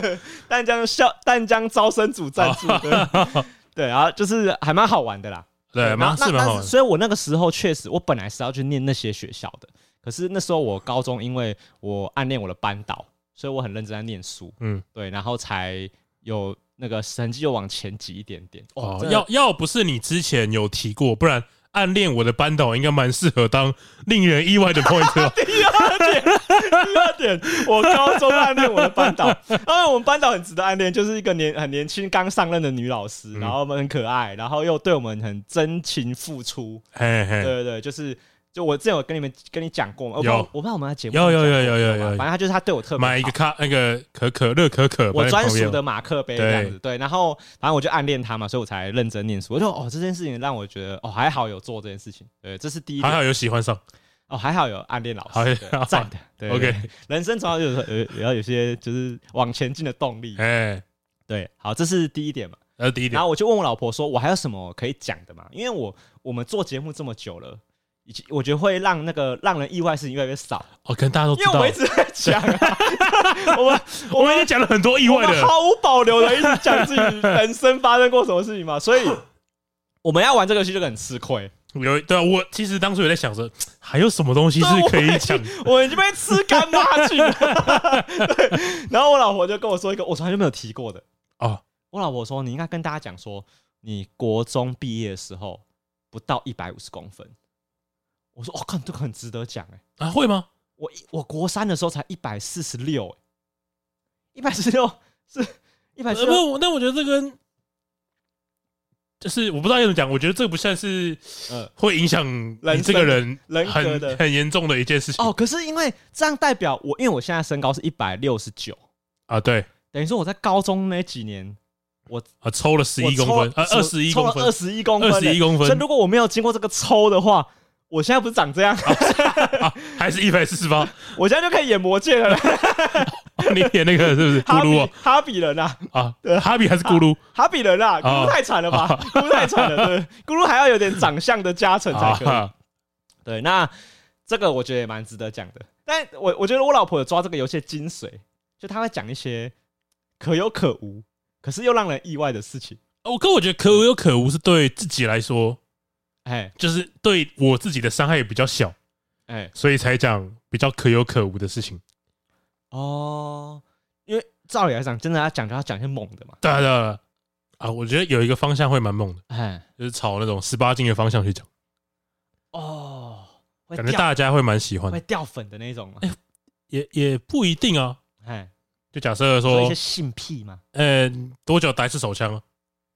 S2: 淡 淡江校淡江招生组赞助的， 对，然后就是还蛮好玩的啦。
S1: 对，蛮
S2: 那
S1: 是蛮好
S2: 那
S1: 玩的。
S2: 所以我那个时候确实，我本来是要去念那些学校的，可是那时候我高中因为我暗恋我的班导，所以我很认真在念书，
S1: 嗯，
S2: 对，然后才有那个成绩又往前挤一点点。
S1: 哦，
S2: 真的
S1: 要要不是你之前有提过，不然暗恋我的班导应该蛮适合当令人意外的 point 吧
S2: 第二点，我高中暗恋我的班导， 当然我们班导很值得暗恋，就是一个年很年轻刚上任的女老师，
S1: 嗯
S2: 然后我们很可爱，然后又对我们很真情付出，
S1: 嘿嘿，
S2: 对对对，就是就我之前有跟你们跟你讲过嘛，我不知道
S1: 哎有
S2: 我不知道我们在节目
S1: 有
S2: 上
S1: 有
S2: 讲
S1: 有
S2: 过
S1: 有有
S2: 嘛
S1: 有
S2: 啊反正他就是他对我特别
S1: 买一
S2: 好
S1: 个咖那个可可乐可可，摆
S2: 我
S1: 在
S2: 专
S1: 旁边
S2: 属的马克杯这样子，对，然后反正我就暗恋他嘛，所以我才认真念书。我就哦，这件事情让我觉得哦，还好有做这件事情，对，这是第一
S1: 还
S2: 点，
S1: 好有喜欢上，
S2: 哦，还好有暗恋老
S1: 好
S2: 师，对赞的，对
S1: OK
S2: 对人生总要有有有要有些就是往前进的动力，
S1: 哎，
S2: 对，好，这是第一点嘛。
S1: 那是第一点
S2: 然，后我就问我老婆说，我还有什么可以讲的嘛？因为我我们做节目这么久了。以及我觉得会让那个让人意外的事情越来越少，
S1: 哦，可能大家都知
S2: 因为
S1: 道
S2: 我一，直在 讲啊，我们
S1: 我们已经讲了很多意
S2: 我
S1: 外
S2: 们
S1: 的，
S2: 毫无保留的一直讲自己人生发生过什么事 情嘛，所以我们要玩这个游戏就很吃亏，
S1: 有对啊，我其实当时有在想着，还有什么东西是可以讲的，
S2: 我们已经被吃干抹净 了。对，然后我老婆就跟我说一个我从来就没有提过的
S1: 哦，
S2: 我老婆说你应该跟大家讲说，你国中毕业的时候不到一百五十公分。我说我、哦、看这个很值得讲哎、
S1: 啊，会吗？
S2: 我一我国三的时候才一百四十六哎，一百四十六是一百
S1: 呃
S2: 四十六
S1: 不，那我觉得这跟就是我不知道该怎么讲，我觉得这不算是
S2: 嗯
S1: 会影响你这个人
S2: 人生人格的
S1: 很很严重的一件事情
S2: 哦，可是因为这样代表我，因为我现在身高是一百六十九，
S1: 啊，对
S2: 等于说我在高中那几年，
S1: 啊，抽了十
S2: 我
S1: 一公分，呃，二十一公分
S2: 二，十一公分，欸
S1: 二十一公
S2: 所
S1: 分
S2: 以，如果我没有经过这个抽的话，我现在不是长这样，
S1: 啊还是一百四十八，哦
S2: 我现在就可以演魔戒了，
S1: 你演那个是不是 咕
S2: 哈
S1: 噜
S2: 比
S1: 哦
S2: 哈比人啊，
S1: 啊？哈比还是咕噜
S2: 哈比人啊，咕
S1: 啊
S2: 噜太惨了吧，咕噜太惨了，对，咕噜还要有点长相的加成才可以。
S1: 啊？
S2: 对，那这个我觉得也蛮值得讲的，但我我觉得我老婆有抓这个游戏的精髓，就她会讲一些可有可无，可是又让人意外的事情。
S1: 我哦可我觉得可有可无是对自己来说，
S2: 哎
S1: 就是对我自己的伤害也比较小，
S2: 哎
S1: 所以才讲比较可有可无的事情。
S2: 哦，因为照理来讲，真的要讲就要讲一些猛的嘛。
S1: 对啊对啊对啊啊，我觉得有一个方向会蛮猛的，
S2: 哎
S1: 就是朝那种十八禁的方向去讲，
S2: 哦，会
S1: 感觉
S2: 掉
S1: 大家会蛮喜欢
S2: 会
S1: 的，
S2: 掉粉的那种嘛。
S1: 也也不一定啊。
S2: 哎，
S1: 就假设
S2: 说一
S1: 说
S2: 些，性癖嘛，
S1: 呃，多久打一次手枪啊？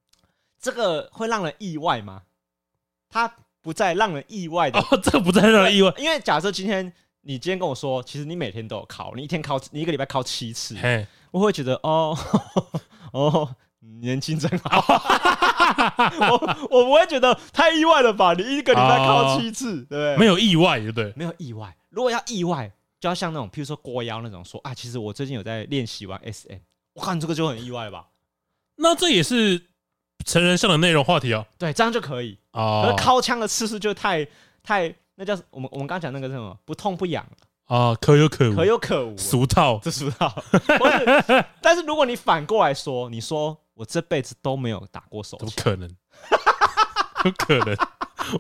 S2: 这个会让人意外吗？它不再让人意外的
S1: 哦，这个不再让人意外。
S2: 因为假设今天你今天跟我说，其实你每天都有考，你一天考，你一个礼拜考七次，
S1: 嘿，
S2: 我会觉得哦 哦，年轻真 好。我我不会觉得太意外了吧？你一个礼拜考七次，对不对？
S1: 没
S2: 有
S1: 有意外，对不对？
S2: 没有意外。如果要意外，就要像那种，譬如说郭瑶那种说啊，其实我最近有在练习玩 SM，我看这个就很意外吧？
S1: 那这也是成人向的内容话题啊。
S2: 对，这样就可以。可
S1: 哦
S2: 是靠枪的次数就太太那叫我们我们刚刚讲那个是什么不痛不痒，
S1: 啊，可有可无，
S2: 可有可无。
S1: 俗套
S2: 这是不知道。 或是但是如果你反过来说，你说我这辈子都没有打过手
S1: 怎么
S2: 枪，
S1: 可能？ 不可能！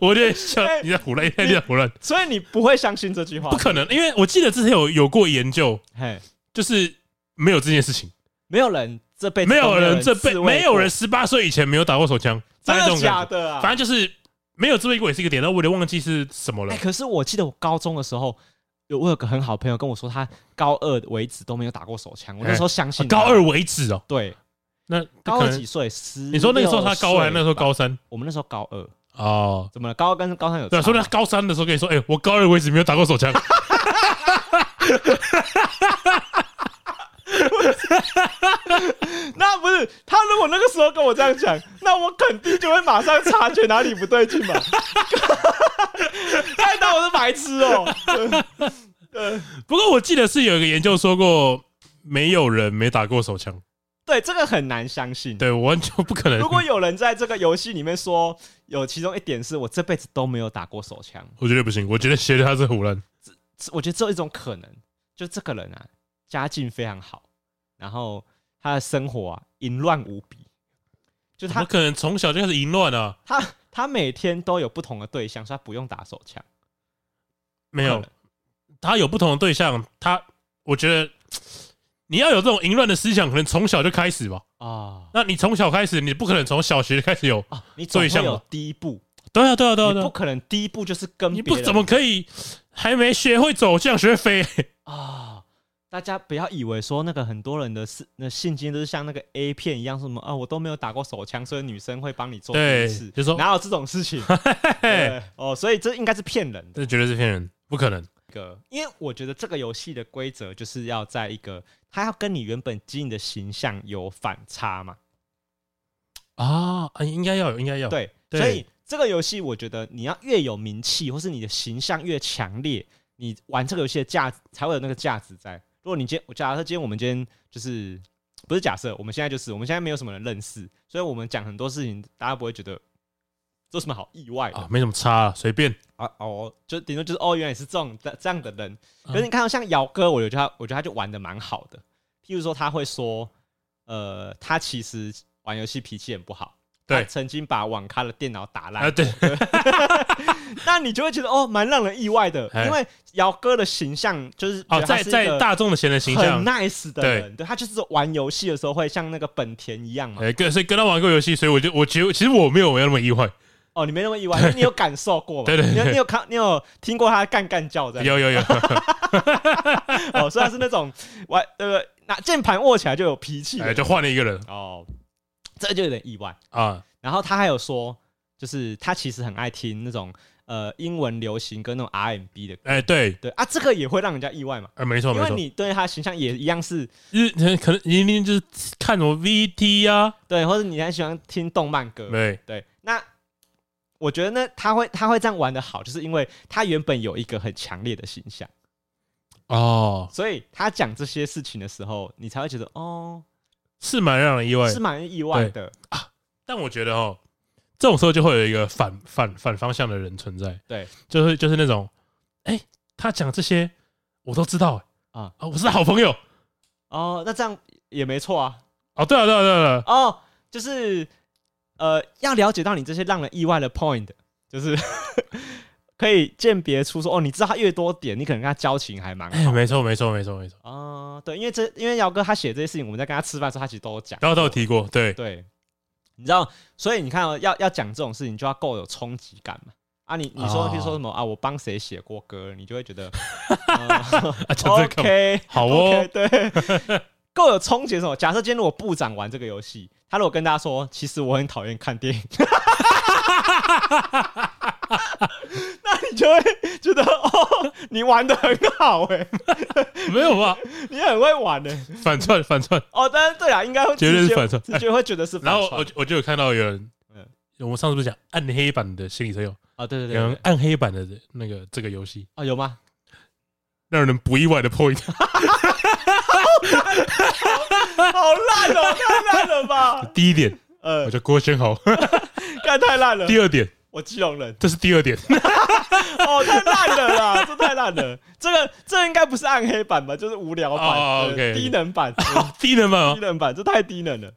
S1: 我就想
S2: 哎
S1: 你在胡乱，你在胡乱，
S2: 所以你不会相信这句话
S1: 不。可能，因为我记得之前有有过研究，
S2: 嘿，
S1: 就是没有这件事情，
S2: 没有人哎这辈子
S1: 没
S2: 都
S1: 有
S2: 有
S1: 人这辈
S2: 自慰过
S1: 没有人十八岁以前没有打过手枪，大
S2: 真
S1: 概这
S2: 的
S1: 种
S2: 假
S1: 感觉。
S2: 的啊？
S1: 反正就是没有自慰过也是一个点，但我有点忘记是什么了
S2: 哎，。可是我记得我高中的时候。有我有个很好朋友跟我说，他高二为止都没有打过手枪。我那时候相信
S1: 啊
S2: 他
S1: 高二为止哦，
S2: 对
S1: 那
S2: 高
S1: 可
S2: 二
S1: 能
S2: 几岁？十
S1: 你说那个时候他高二，还是那时候高
S2: 吧？
S1: 三
S2: 我们那时候高二，
S1: 哦。
S2: 怎么了？高二跟高三有
S1: 对啊，
S2: 差
S1: 说
S2: 吗
S1: 他高三的时候跟你说，哎、我高二为止没有打过手枪，
S2: 那不是他，如果那个时候跟我这样讲，那我肯定就会马上察觉哪里不对劲嘛。 他当我是白痴哦、
S1: 不过我记得是有一个研究说过，没有人没打过手枪。
S2: 对，这个很难相信。
S1: 对，我完全不可能。
S2: 如果有人在这个游戏里面说有其中一点是我这辈子都没有打过手枪，
S1: 我觉得不行，我觉得学的他是胡乱。
S2: 我觉得只有一种可能，就这个人啊，家境非常好，然后他的生活啊淫乱无比，就
S1: 他
S2: 他
S1: 可能从小就开始淫乱啊？
S2: 他他每天都有不同的对象，所以他不用打手枪。
S1: 没
S2: 不
S1: 有
S2: 可，
S1: 他有不同的对象，他我觉得你要有这种淫乱的思想，可能从小就开始吧。
S2: 哦
S1: 那你从小开始，你不可能从小学就开始有。
S2: 啊，你总
S1: 对
S2: 会
S1: 象
S2: 有
S1: 嘛
S2: 第一步，
S1: 对啊，对啊，对啊，
S2: 你
S1: 对
S2: 不
S1: 啊。
S2: 可能第一步就是跟
S1: 你
S2: 别
S1: 不
S2: 人
S1: 怎么可以还没学会走向学会飞？
S2: 啊、大家不要以为说那个很多人的是那性经都是像那个 A 片一样，什么啊，我都没有打过手枪，所以女生会帮你做这
S1: 对
S2: 件事，
S1: 就说
S2: 哪有这种事情？
S1: 嘿，
S2: 对哦，所以这应该是骗人的
S1: 这绝对是骗人，不可能。
S2: 一个，因为我觉得这个游戏的规则就是要在一个，它要跟你原本经营的形象有反差嘛，
S1: 啊，哎应该要有，应该要有
S2: 对，
S1: 对
S2: 所以这个游戏我觉得你要越有名气，或是你的形象越强烈，你玩这个游戏的价值才会有那个价值在。如果你今天，假设今天我们今天就是不是假设，我们现在就是我们现在没有什么人认识，所以我们讲很多事情，大家不会觉得这有什么好意外的
S1: 啊，没什么差啊，随便。
S2: 啊哦，就顶多就是哦，原来是这种这这样的人。
S1: 嗯
S2: 可是你看到像姚哥，我觉得他，我觉得他就玩的蛮好的。譬如说，他会说，呃，他其实玩游戏脾气很不好，
S1: 对
S2: 他曾经把网咖的电脑打烂
S1: 啊，，对，
S2: 那你就会觉得哦，蛮让人意外的，
S1: 哎
S2: 因为姚哥的形象就是
S1: 哦，
S2: 觉得他
S1: 在
S2: 是一
S1: 在
S2: 个
S1: 大众的闲人形象
S2: 很，nice 的
S1: 对
S2: 人，对他就是玩游戏的时候会像那个本田一样嘛。
S1: 哎，跟所以跟他玩过游戏，所以我就我觉其实我没有我要那么意外，
S2: 哦，你没那么意外，因为你有感受过嘛？
S1: 对对对
S2: 你有你有看，你有听过他干干叫这样？
S1: 有有有，
S2: 哦，虽然是那种玩呃拿键盘握起来就有脾气的
S1: 哎，就换了一个人
S2: 哦，这就有点意外。
S1: 啊，
S2: 然后他还有说，就是他其实很爱听那种呃英文流行跟那种 RMB 的歌，
S1: 哎，对，
S2: 对啊，这个也会让人家意外嘛，
S1: 啊，没错
S2: 因
S1: 没
S2: 为
S1: 错，
S2: 你对他形象也一样是
S1: 就是可能一定就是看什么 VT 啊，
S2: 对，或者你很喜欢听动漫歌，
S1: 对，
S2: 对，那。我觉得呢，他会他会这样玩的好，就是因为他原本有一个很强烈的形象，
S1: 哦，
S2: 所以他讲这些事情的时候，你才会觉得哦，
S1: 是蛮让人意外
S2: 是
S1: 的，
S2: 蛮意外的。
S1: 但我觉得哦，这种时候就会有一个反反反方向的人存在，
S2: 对，
S1: 就是就是那种，哎，他讲这些我都知道
S2: 啊
S1: 啊，我是他好朋友。
S2: 哦，那这样也没错啊。
S1: 哦，对啊，对啊，对啊对啊，
S2: 哦，就是呃，要了解到你这些让人意外的 point，就是 可以鉴别出说，哦，你知道他越多点，你可能跟他交情还蛮
S1: 哎，
S2: 好。
S1: 没错，没错，没错，没错，
S2: 哦，对，因为这因为姚哥他写这些事情，我们在跟他吃饭的时候，他其实都有讲。
S1: 然后都有提过，对，
S2: 对，你知道，所以你看、哦，要要讲这种事情，就要够有冲击感嘛。啊你，你说
S1: 哦
S2: 比如说什么啊？我帮谁写过歌，你就会 觉得、呃、
S1: 啊，讲这个干嘛
S2: OK，
S1: 好
S2: OK，
S1: 哦，
S2: 对，够有冲击的时候。假设今天如果部长玩这个游戏，他如果跟大家说，其实我很讨厌看电影， 那你就会觉得哦，你玩的很好哎、
S1: 没有吧？
S2: 你很会玩哎、
S1: 反串，反串。
S2: 哦，当然对啦，应该会
S1: 绝对是
S2: 直觉
S1: 反串
S2: 直觉会觉得是反
S1: 然
S2: 串。
S1: 后我就我就有看到有人
S2: 嗯，
S1: 我们上次不是讲暗黑版的心理测验，
S2: 啊，对对对
S1: 有人
S2: 对，
S1: 暗黑版的那个这个游戏，
S2: 啊有吗？
S1: 让人不意外的 point，
S2: 好烂哦、太烂了吧？
S1: 第一 点，
S2: 呃
S1: 我，叫郭轩 豪；
S2: 干太烂了，
S1: 第二点，
S2: 我基隆人。
S1: 这是第二点，
S2: 哦，太烂了啦，这太烂了，这个这应该不是暗黑版吧，就是无聊版，
S1: 哦
S2: 对
S1: OK，OK
S2: 低 能版，呃
S1: 哦低能版
S2: 低
S1: 哦，
S2: 能版，这太低能了。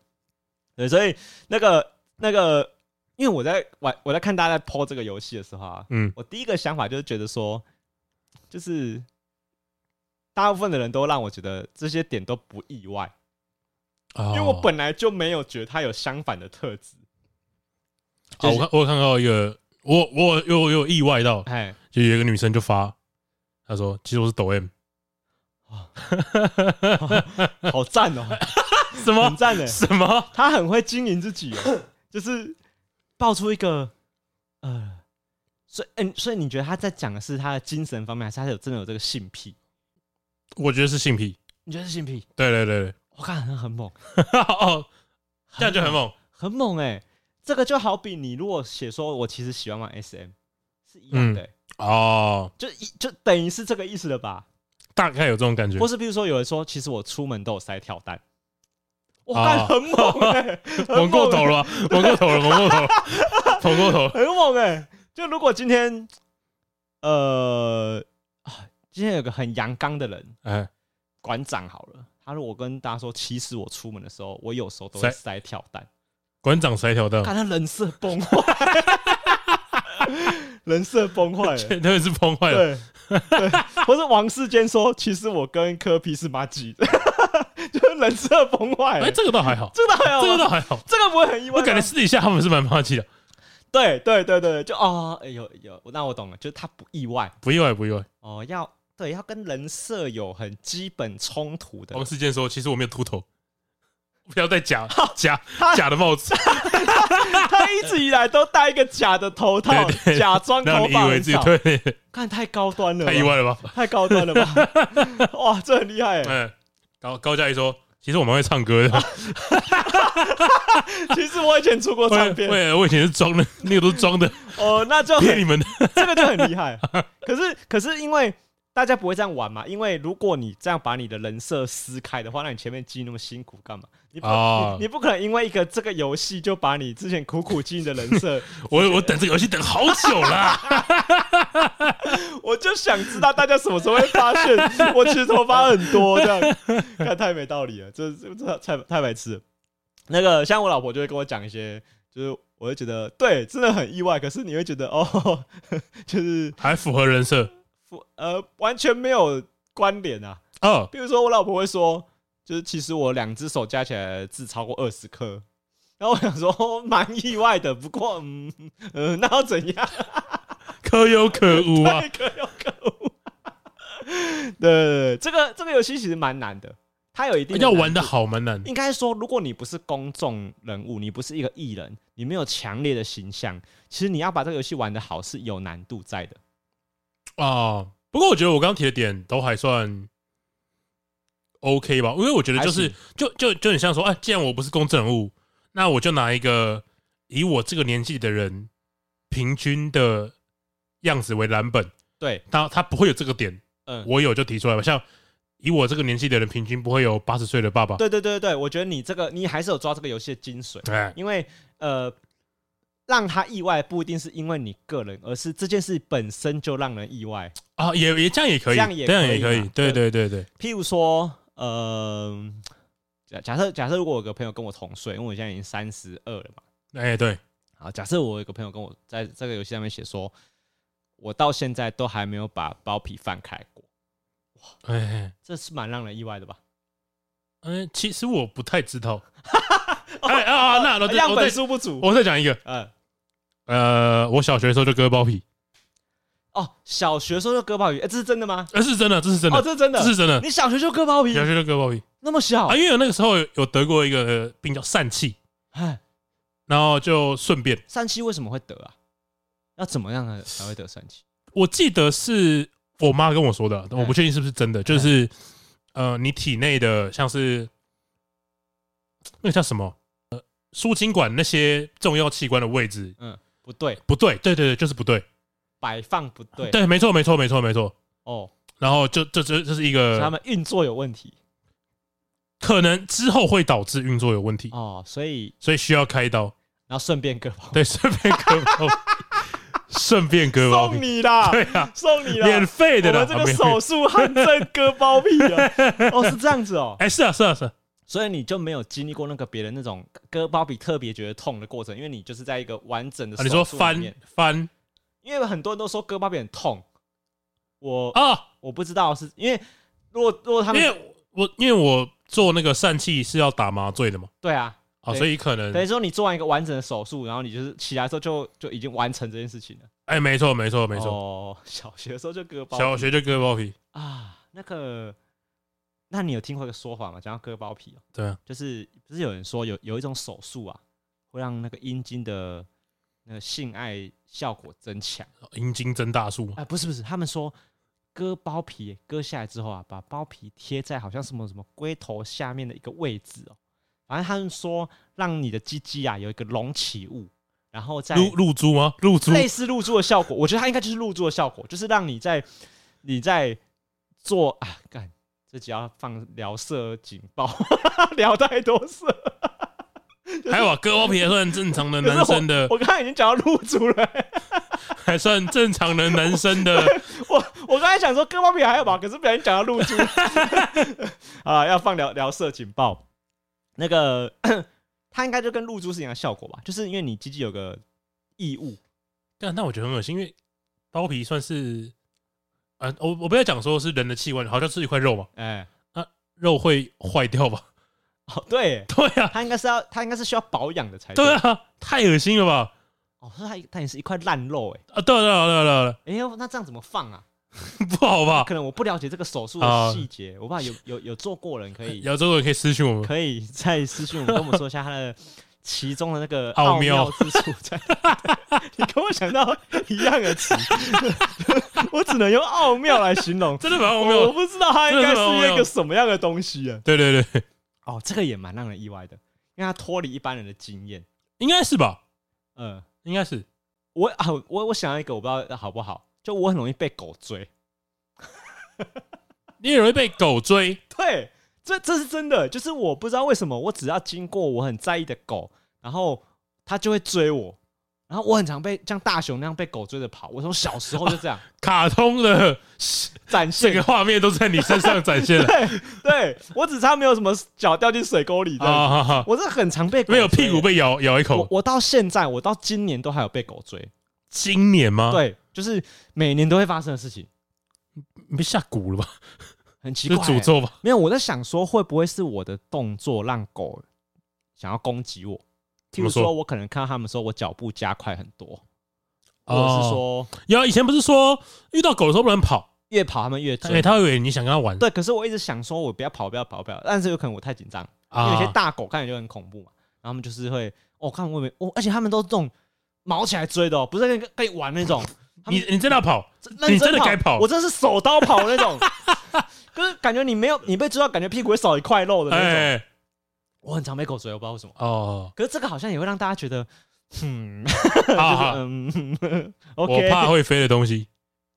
S2: 对，所以那个那个，因为我在玩，我在看大家在 PO 这个游戏的时候啊，
S1: 嗯，
S2: 我第一个想法就是觉得说，就是大部分的人都让我觉得这些点都不意外，
S1: 因
S2: 因为我
S1: 哦
S2: 本来就没有觉得它有相反的特质。
S1: 啊，我看我有看到一个，我我有我有意外到，
S2: 哎，
S1: 就有一个女生就发，她说其实我是抖 M，
S2: 好赞哦、
S1: 什么
S2: 很赞的、欸
S1: 什么？
S2: 他很会经营自己哦，就是爆出一个呃，所以嗯、所以你觉得他在讲的是他的精神方面，还是他有真的有这个性癖？
S1: 我觉得是性癖，
S2: 你觉得是性癖？
S1: 对对对
S2: 我看很很猛，
S1: 对，哦，这样就很猛，
S2: 很猛哎、这个就好比你如果写说我其实喜欢玩 SM 是一样的、欸
S1: 哦，
S2: 就一就等于是这个意思了吧？
S1: 大概有这种感觉
S2: 或。是比如说有人说，其实我出门都有塞跳蛋，我
S1: 啊
S2: 看很猛哎、很猛
S1: 猛过头
S2: 欸，
S1: 了吧，猛过头了，猛过头 了，猛过头了。
S2: 很猛哎、就如果今天呃啊今天有个很阳刚的人，
S1: 哎，
S2: 馆长好了，他说我跟大家说，其实我出门的时候，我有时候都
S1: 塞
S2: 会
S1: 嗯
S2: 塞跳蛋，
S1: 馆长甩条
S2: 看
S1: 蛋，
S2: 他人设崩坏， 人设崩 坏了。
S1: 真的是崩坏了。
S2: 对，对，或是王世坚说，其实我跟柯皮是妈鸡， 就是人设崩坏了
S1: 哎，。这个倒还好，
S2: 这个还有
S1: 这个
S2: 吗，
S1: 倒还 好。
S2: 这个不会很意外吗。
S1: 我感觉私底下他们是蛮霸气的，
S2: 对对对对，就哦，哎有有，那我懂了，就是他不意外
S1: 不意外，不意外。
S2: 哦，要对要跟人设有很基本冲突的
S1: 王。世坚说：“其实我没有秃头，不要戴假假
S2: 他
S1: 假的帽子，
S2: 他一直以来都戴一个假的头套
S1: 对，对
S2: 假装
S1: 让
S2: 头
S1: 你
S2: 发
S1: 以为
S2: 很
S1: 自己
S2: 少。
S1: 对对，对
S2: 看太高端了吧，
S1: 太意外了吧
S2: 太高端了吧？ 哇，这很厉害？”欸！
S1: 嗯，高高嘉怡说：“其实我蛮会唱歌的，
S2: 欸其实我以前出过
S1: 我
S2: 唱片，
S1: 我我以前是 装的，那个都是装的，
S2: 哦，那就
S1: 骗你
S2: 很
S1: 们的。
S2: 这个就很厉害。可是可是因为大家不会这样玩嘛，因为如果你这样把你的人设撕开的话，那你前面记那么辛苦干嘛？你不
S1: 哦
S2: 你你不可能因为一个这个游戏就把你之前苦苦经营的人设，
S1: 我我等这个游戏等好久 了，
S2: 我就想知道大家什么时候会发现我其实头发很多这样，看太没道理了，这这这太太白痴了。那个像我老婆就会跟我讲一些，就是我会觉得对，真的很意外，可是你会觉得哦，就是
S1: 还符合人设
S2: 呃完全没有关联啊。
S1: 哦。
S2: 比如说我老婆会说，就是其实我两只手加起来的字超过二十颗。然后我想说，哦蛮意外的，不过，嗯，呃，那要怎样？
S1: 可有可无 啊！
S2: 可有可无。对对对，这个这个游戏其实蛮难的，它有一 定
S1: 要玩
S2: 的
S1: 的
S2: 难度。
S1: 好蛮难的，
S2: 应该说，如果你不是公众人物，你不是一个艺人，你没有强烈的形象，其实你要把这个游戏玩得好是有难度在的。
S1: 哦，不过我觉得我刚提的点都还算 OK 吧，因为我觉得就是
S2: 还行
S1: 就就就很像说，哎、既然我不是公证人物，那我就拿一个以我这个年纪的人平均的样子为蓝本，
S2: 对，
S1: 他他不会有这个点，
S2: 嗯
S1: 我有就提出来吧，像以我这个年纪的人平均不会有八十岁的爸爸，
S2: 对对对对，我觉得你这个你还是有抓这个游戏的精髓，
S1: 哎，
S2: 因为呃，让他意外不一定是因为你个人，而是这件事本身就让人意外。
S1: 啊，也也这样也可以，
S2: 这样也
S1: 这样
S2: 可
S1: 也
S2: 以
S1: 可以
S2: 嘛，
S1: 对对
S2: 对
S1: 对对，
S2: 譬如说，呃，假假设假设如果有个朋友跟我同岁，因为我现在已经三十二了嘛，
S1: 哎、对，
S2: 好，假设我有一个朋友跟我在这个游戏上面写说，我到现在都还没有把包皮翻开过，
S1: 哎、哎
S2: 这是蛮让人意外的吧？
S1: 嗯，其实我不太知 道。哎啊，那我再
S2: 样
S1: 我再
S2: 本数不足，
S1: 我再讲一个，
S2: 嗯。
S1: 呃，我小学的时候就割包皮，
S2: 哦，小学时候就割包皮，哎，这是真的吗？
S1: 呃，是真的，这是真的，
S2: 哦，这是真的，
S1: 这是真的。
S2: 你哦小学就割包皮
S1: 小，学就割包皮
S2: 那么小
S1: 啊，，因为我那个时候有有得过一个呃病叫疝气，
S2: 哎，
S1: 然后就顺便，
S2: 疝气为什么会得啊？要怎么样才才会得疝气？
S1: 我记得是我妈跟我说的，
S2: 嗯
S1: 我不确定是不是真的，就是呃，你体内的像是那个叫什么呃输精管那些重要器官的位置
S2: 嗯，不对，
S1: 不对，对对对，就是不对，
S2: 摆放不对，
S1: 对，没错，没错，没错，没错。
S2: 哦，
S1: 然后就这这这是一
S2: 所以他
S1: 个
S2: 们运作有问题
S1: 可能之后会导致运作有问题，
S2: 哦，所以
S1: 所以需要开刀。
S2: 然后顺便割包皮，
S1: 对，顺便割包皮，顺便割包
S2: 送
S1: 皮，
S2: 你啦，
S1: 对啊，
S2: 送你啦，
S1: 免费的
S2: 我
S1: 啦，
S2: 们这个
S1: 啊没有
S2: 手术汗症割包皮啊，哦，是这样子哦，
S1: 哎，是啊，是啊，是啊，
S2: 所以你就没有经历过那个别人那种割包皮特别觉得痛的过程，因为你就是在一个完整的
S1: 啊
S2: 手
S1: 你说
S2: 术里
S1: 翻
S2: 面，
S1: 翻
S2: 因为很多人都说割包皮很痛，我
S1: 啊，
S2: 我不知道是因为如果如果他
S1: 因
S2: 们
S1: 为我因为我做那个疝气是要打麻醉的嘛，
S2: 对啊，
S1: 啊，
S2: 对
S1: 所以可能
S2: 等于说你做完一个完整的手术，然后你就是起来的时候就就已经完成这件事情了。
S1: 哎，没错，没错，没错，
S2: 哦，小学的时候就割包皮
S1: 小学就割包皮，
S2: 啊，那个，那你有听过一个说法吗？讲到割包皮哦，
S1: 对啊，
S2: 就是不是有人说有有一种手术啊，会让那个阴茎的那个性爱效果增强？
S1: 哦阴茎增大术
S2: 哎、不是不是，他们说割包皮割下来之后啊，把包皮贴在好像什么什么龟头下面的一个位置哦，反正他们说让你的鸡鸡啊有一个隆起物，然后再
S1: 露露珠吗？露珠
S2: 类似入住的效果，我觉得它应该就是入住的效果，就是让你在你在做啊，干这集要放聊色警报， 聊太多色。
S1: 还有啊，割包皮还算正常的
S2: 可是
S1: 男生的
S2: 我，我刚才已经讲到入住了、
S1: 还算正常的男生的，
S2: 我我刚才想说割包皮还好吧，可是不小心讲到露珠 啊，要放聊聊色警报。那个 它应该就跟露珠是一样的效果吧，就是因为你鸡鸡有个异物，
S1: 但那我觉得很恶心，因为包皮算是，呃，我我不要讲说是人的器官，好像是一块肉嘛，
S2: 哎、
S1: 肉会坏掉吧？
S2: 哦对，
S1: 对啊，
S2: 它应该是要它应该是需要保养的才
S1: 对啊，太恶心了吧？
S2: 哦，所以它它也是一块烂肉哎、
S1: 啊，对了对了对了对了，
S2: 哎呦，那这样怎么放啊？
S1: 不好吧？
S2: 可能我不了解这个手术
S1: 啊
S2: 的细节，我怕有有有做过人可以
S1: 姚州人可以私讯我们，
S2: 可以再私信我们，跟我们说一下他的其中的那个
S1: 奥
S2: 奥
S1: 妙
S2: 妙之处在。 你跟我想到一样的词，我只能用奥妙来形容。
S1: 真的蛮荒
S2: 我
S1: 谬。
S2: 不知道它应
S1: 真
S2: 该
S1: 的是蛮奥
S2: 是一
S1: 妙
S2: 个什么样的东西啊？
S1: 对对对，
S2: 哦，这个也蛮让人意外的，因为它脱离一般人的经验。
S1: 应该是吧？
S2: 嗯，
S1: 应该是
S2: 我啊，我我想到一个，我不知道好不好，就我很容易被狗追。
S1: 你也容易被狗追，
S2: 对，这这是真的，就是我不知道为什么，我只要经过我很在意的狗，然后它就会追我，然后我很常被像大熊那样被狗追着跑。我从小时候 就这样
S1: 卡通的
S2: 展
S1: 这
S2: 现，
S1: 个画面都在你身上展 现了
S2: 对对，我只差没有什么脚掉进水沟里的，
S1: 啊！哈哈
S2: 我是很常被狗
S1: 没有
S2: 追
S1: 屁股。被咬咬一
S2: 我
S1: 口，
S2: 我到现在，我到今年都还有被狗追，
S1: 今年吗？，
S2: 对，就是每年都会发生的事情，
S1: 你被吓蛊了吧？
S2: 很奇
S1: 是
S2: 怪、欸
S1: 诅。咒吧？
S2: 没有，我在想说，会不会是我的动作让狗想要攻击我？譬
S1: 怎
S2: 如
S1: 么说
S2: 说，我可能看到他们的时候，我脚步加快很多，或
S1: 哦
S2: 者是说
S1: 有啊以前不是说遇到狗的时候不能跑，
S2: 越跑他们越
S1: 哎，
S2: 追。
S1: 他以为你想跟他玩
S2: 对，可是我一直想说，我不要跑，不要跑，不要跑。但是有可能我太紧张，因为有些
S1: 啊。
S2: 大狗看起来就很恐怖嘛，然后他们就是会，哦，看我没，哦，而且他们都是这种毛起来追的、哦，不是跟跟你玩那种，他
S1: 你
S2: 们
S1: 你真的要跑？
S2: 认
S1: 你真的该跑
S2: 我真的是手刀跑那种， 就是感觉你没有你被追到，感觉屁股会少一块肉的那种。
S1: 哎
S2: 我很常被狗追，我不知道为什么。
S1: 哦，
S2: 可是这个好像也会让大家觉得， 嗯，
S1: 好
S2: 就是
S1: 好，
S2: 嗯
S1: 我
S2: ，OK，
S1: 怕会飞的东西，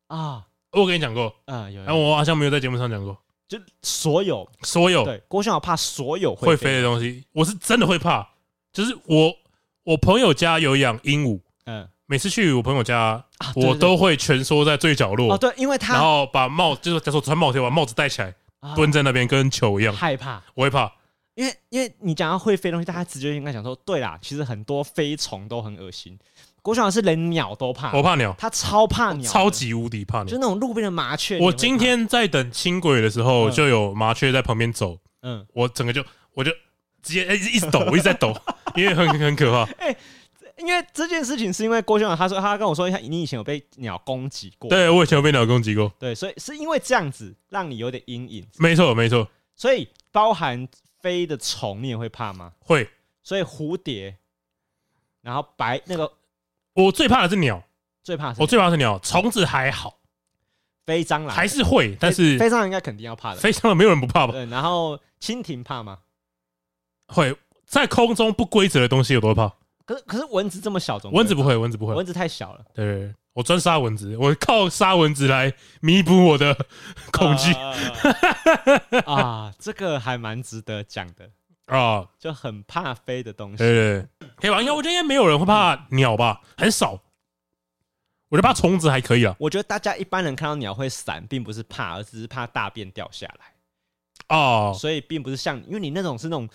S2: 啊，
S1: 我跟你讲过，
S2: 啊，有，
S1: 哎，
S2: 有
S1: 我好像没有在节目上讲过，
S2: 就所有
S1: 所有
S2: 对郭轩豪怕所有
S1: 哦会
S2: 飞
S1: 飞
S2: 的，
S1: 的东西，我是真的会怕。就是我我朋友家有养鹦鹉，
S2: 嗯，
S1: 每次去我朋友家，
S2: 啊对
S1: 我
S2: 对对
S1: 都会蜷缩在最角
S2: 哦
S1: 落，
S2: 对，因为
S1: 然
S2: 他
S1: 后把帽就是假如说穿帽贴，把帽子戴起来，
S2: 啊
S1: 蹲在那边跟球一样，
S2: 害怕，
S1: 我会怕。
S2: 因为因为你讲到会飞的东西，大家直觉应该想说，对啦，其实很多飞虫都很恶心，郭轩豪是连鸟都怕
S1: 我，怕鸟，
S2: 他超怕啊鸟的，
S1: 超级无敌怕
S2: 就
S1: 鸟。
S2: 那种路边的麻雀，你也
S1: 我
S2: 会
S1: 今
S2: 怕
S1: 天在等轻轨的时候，
S2: 嗯
S1: 就有麻雀在旁边走，
S2: 嗯，
S1: 我整个就我就直接一直一直抖，我一直在 抖，因为很很可怕。嗯
S2: 因为这件事情是因为郭轩豪他说他跟我说他你以前有被鸟攻击过，
S1: 对我以前有被鸟攻击过，
S2: 对，所以是因为这样子让你有点阴影，
S1: 没错没错，
S2: 所以包含飞的虫你也会怕吗？
S1: 会。
S2: 所以蝴蝶，然后白那个
S1: 我最怕的是鸟，
S2: 最怕是
S1: 我最怕的是鸟，虫子还好，
S2: 飞蟑螂，
S1: 还是会，但是
S2: 飞蟑螂应该肯定要怕的。
S1: 非常的没有人不怕吧？
S2: 对，然后蜻蜓怕吗？
S1: 会在空中不规则的东西我都会怕，
S2: 可是可是蚊子这么小，总
S1: 蚊子不会，蚊子不
S2: 会，
S1: 会。
S2: 蚊子太小了，
S1: 对对，对我专杀蚊子，我靠杀蚊子来弥补我的 恐惧
S2: 啊啊， 这个还蛮值得讲的，
S1: 啊。
S2: 就很怕飞的东西
S1: 对。对，对可以吧？应该我觉得应该没有人会怕鸟吧，很少。我就怕虫子还可以啊。
S2: 我觉得大家一般人看到鸟会闪，并不是怕，而只是怕大便掉下来。
S1: 哦，
S2: 所以并不是像，因为你那种是那种，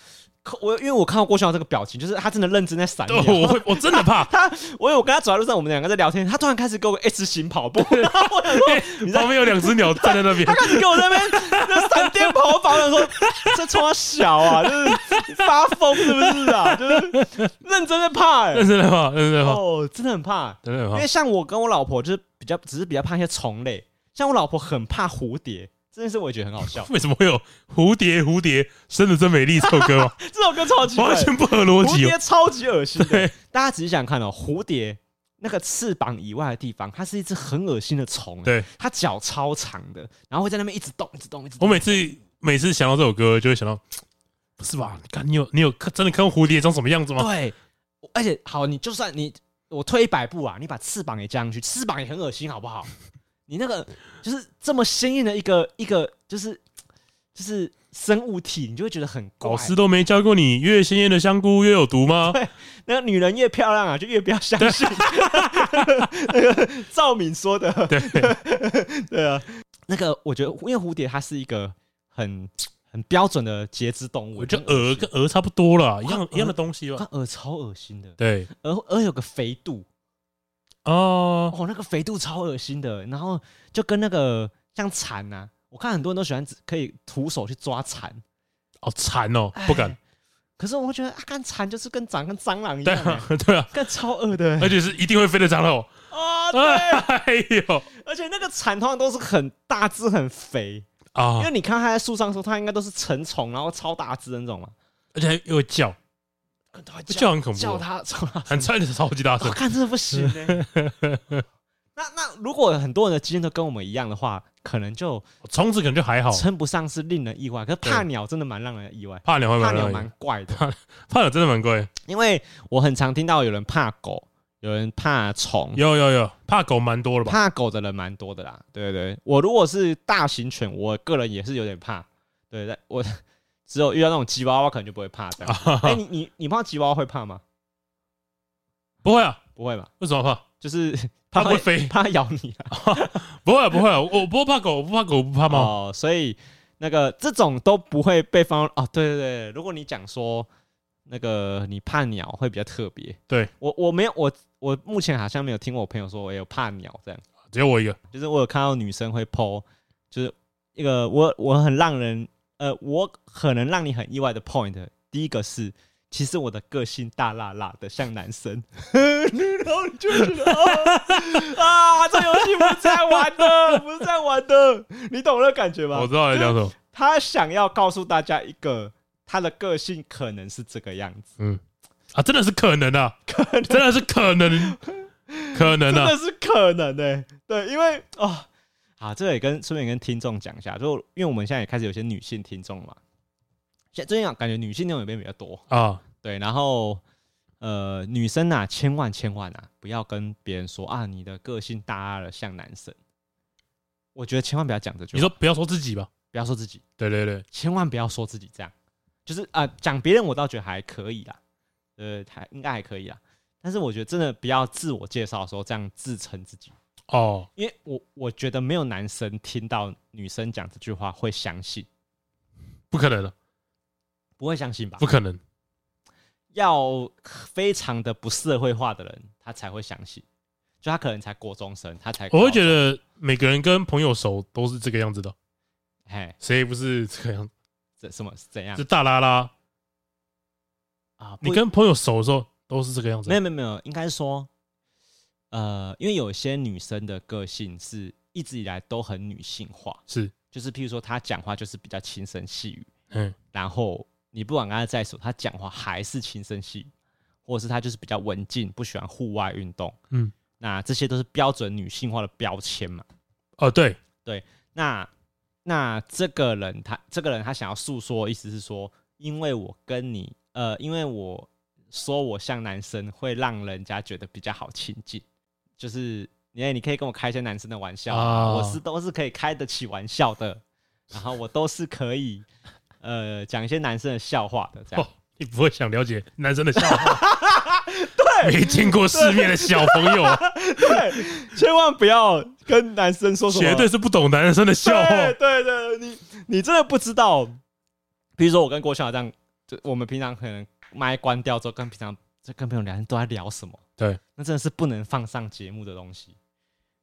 S2: 可我因为我看到郭晓这个表情，就是他真的认真在闪
S1: 对，
S2: 你。。
S1: 我会，我真的怕
S2: 他， 我有跟他走在路上，我们两个在聊天，他突然开始跟我 S 型跑步， 然后我想说，你在
S1: 旁边有两只鸟站在那边
S2: 他，开始跟我在那边那闪电跑跑，我想说这冲他小啊， 就是发疯是不是啊？就是认真的怕、
S1: 认
S2: 欸，
S1: 真的怕，认真的怕，哦
S2: 哦，真的很怕、
S1: 真的
S2: 因
S1: 怕，
S2: 为。像我跟我老婆就是比较，只是比较怕一些虫类，像我老婆很怕蝴蝶，这件事我也觉得很好笑
S1: 为什么会有蝴蝶蝴蝶生的真美丽这首歌吗？
S2: 这首歌超级
S1: 完全不合逻
S2: 蝴
S1: 辑哦。
S2: 蝶超级恶心的
S1: 对。
S2: 大家仔细想看哦，蝴蝶那个翅膀以外的地方，它是一只很恶心的虫。欸
S1: 对，
S2: 它脚超长的，然后会在那边一直动，一直动，一直
S1: 我
S2: 动。
S1: 每次每次想到这首歌，就会想到，不是吧？你看，你有你有看真的看过蝴蝶长什么样子吗？
S2: 对，而且好，你就算你我退一百步啊，你把翅膀也加上去，翅膀也很恶心，好不好？ 你那个就是这么鲜艳的一个一个，就是就是生物体，你就会觉得很怪
S1: 老。师都没教过你，越鲜艳的香菇越有毒吗？
S2: 那个女人越漂亮啊，就越不要相信。 那个赵敏说的，
S1: 对，
S2: 对啊，那个我觉得，因为蝴蝶它是一个很很标准的节肢动物，
S1: 我觉得
S2: 很恶
S1: 鹅
S2: 心
S1: 跟鹅差不多啦，一样
S2: 啊鹅
S1: 一样的东西吧
S2: 看。鹅超恶心的，
S1: 对，
S2: 鹅鹅有个肥肚，
S1: 哦，
S2: 哦，那个肥肚超恶心的，然后就跟那个像啊蝉呐、我看很多人都喜欢只可以徒手去抓蝉，
S1: 哦，馋哦，不敢
S2: 哎。可是我会觉得啊，干蝉就是跟长跟蟑螂一
S1: 对
S2: 样、欸
S1: 啊，， 对啊，
S2: 干超恶的、
S1: 而
S2: 欸。
S1: 且是一定会飞的蟑螂哦。
S2: 啊，对，
S1: 哎呦
S2: 而且那个蝉通常都是很大只、很肥，因
S1: 啊
S2: 为！你看它在树上的时候，它应该都是成虫，然后超大只的那种嘛。
S1: 而且还又会叫，
S2: 它会
S1: 叫很恐怖
S2: 叫它超大
S1: 很超超级大
S2: 我
S1: 声。
S2: 看这 不行、欸。那那如果很多人的经验都跟我们一样的话，可能就
S1: 虫子可能就还好，
S2: 称不上是令人意外。可是
S1: 对
S2: 怕鸟真的蛮让人意外，
S1: 怕鸟会
S2: 怕
S1: 蛮
S2: 鸟
S1: 让人
S2: 蛮怪的，
S1: 怕鸟真的蛮贵。
S2: 因为我很常听到有人怕狗，有人怕虫，
S1: 有有有，怕狗蛮多了吧？
S2: 怕狗的人蛮多的啦。对对对，我如果是大型犬，我个人也是有点怕。对，但我 只有遇到那种吉娃娃，可能就不会怕的。 哎、你你你怕吉娃娃会怕吗？
S1: 不会啊，
S2: 不会吧？
S1: 为什么怕？
S2: 就是
S1: 它不会
S2: 会
S1: 飞
S2: 怕咬你啊。
S1: 不会啊不会啊，我我不会怕狗，我不怕狗，我不怕猫。
S2: 哦，所以那个这种都不会被放哦。对对对，如果你讲说那个你怕鸟会比较特别，
S1: 对
S2: 我我没有我我目前好像没有听过我朋友说我有怕鸟这样，
S1: 只有我一个，
S2: 就是我有看到女生会 PO，就是一个我我很让人呃我可能让你很意外的 point，第一个是。其实我的个性大辣辣的，像男生， 然后你就会觉得哦 啊，这游戏不是这样玩的，不是这样玩的，你懂那感觉吗？
S1: 我知道你在讲什么。
S2: 他想要告诉大家一个他的个性可能是这个样子，
S1: 嗯，啊，真的是可能啊，真的是可 能，可能
S2: 真
S1: 啊
S2: 的，是可能呢、欸对，因为哦，啊，这也跟顺便跟听众讲一下，就因为我们现在也开始有些女性听众嘛，现最近啊感觉女性听众也变比较多，
S1: 啊，
S2: 对，然后呃，女生啊，千万千万啊，不要跟别人说啊，你的个性大大了像男生，我觉得千万不要讲这句话，
S1: 你说不要说自己吧，
S2: 不要说自己。
S1: 对对对，
S2: 千万不要说自己这样，就是啊，讲、别人我倒觉得还可以啦，呃，还应该还可以啦。但是我觉得真的不要自我介绍的时候这样自称自己，
S1: 哦，
S2: 因为我我觉得没有男生听到女生讲这句话会相信，
S1: 不可能了，
S2: 不会相信吧
S1: 不？可
S2: 哎
S1: 能，
S2: 要非常的不社会化的人，他才会相信。就他可能才国中生，他才
S1: 我会觉
S2: 高中，
S1: 得每个人跟朋友熟都是这个样子的，
S2: 哎，
S1: 谁不是这个样子？
S2: 这什么怎样
S1: 就大拉拉，
S2: 啊？不
S1: 你跟朋友熟的时候都是这个样子
S2: 没，有没有没有，应该说，呃，因为有些女生的个性是一直以来都很女性化，
S1: 是，
S2: 就是譬如说她讲话就是比较轻声细语，
S1: 嗯，
S2: 然后你不管跟她在手，她讲话还是轻声细语，或者是她就是比较文静，不喜欢户外运动，
S1: 嗯，
S2: 那这些都是标准女性化的标签嘛。
S1: 哦，对，
S2: 那那这个人他这个人他想要诉说，意思是说，因为我跟你呃，因为我说我像男生，会让人家觉得比较好亲近，就是你你可以跟我开一些男生的玩笑啊，
S1: 啊
S2: 我是都是可以开得起玩笑的，然后我都是可以呃讲一些男生的笑话的，这样
S1: 哦，你不会想了解男生的笑 话，对，没见过世面的小朋 友，
S2: 对，千万不要跟男生说什么，
S1: 绝对是不懂男生的笑话，
S2: 对对对，你你真的不知道，比如说我跟郭晓这样，就我们平常可能麦关掉之后，跟平常就跟朋友聊天都在聊什么，
S1: 对，
S2: 那真的是不能放上节目的东西。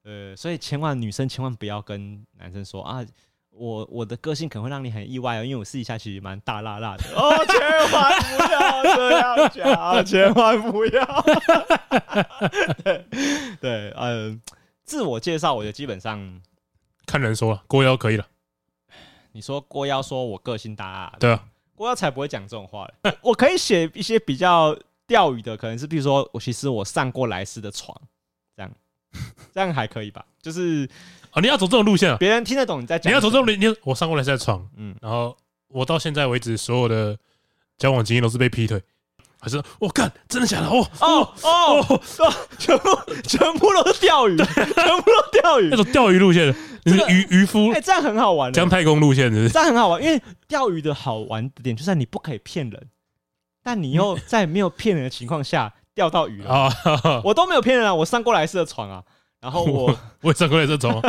S2: 呃，所以千万女生千万不要跟男生说啊。我我的个性可能会让你很意外哦，因为我私底下其实蛮大辣辣的哦，千万不要这样讲，千万不要。对 对，嗯、自我介绍，我觉得基本上
S1: 看人说了，过腰可以了，
S2: 你说郭妖说我个性大啊，
S1: 对啊，
S2: 郭妖才不会讲这种话 嘞。我我可以写一些比较钓鱼的，可能是比如说我其实我上过莱斯的床，这样这样还可以吧？就是
S1: 啊，你要走这种路线啊。
S2: 别人听得懂你在
S1: 你
S2: 讲什么。
S1: 要走这种路，你我上过来是在床，
S2: 嗯，
S1: 然后我到现在为止所有的交往经验都是被劈腿，还是我干、真的假的？哦
S2: 哦哦
S1: 哦，
S2: 哦，全部全部都是钓鱼，全部都钓鱼
S1: 那。种钓鱼路线的，你是
S2: 这个
S1: 渔渔夫
S2: 哎，这样很好玩欸，
S1: 姜太公路线的，
S2: 这样很好玩，因为钓鱼的好玩的点就在你不可以骗人，但你 又在没有骗人的情况下钓到鱼了。
S1: 啊，哈哈
S2: 我都没有骗人啊，我上过莱斯的床啊，然后我。
S1: 我也上过来这种，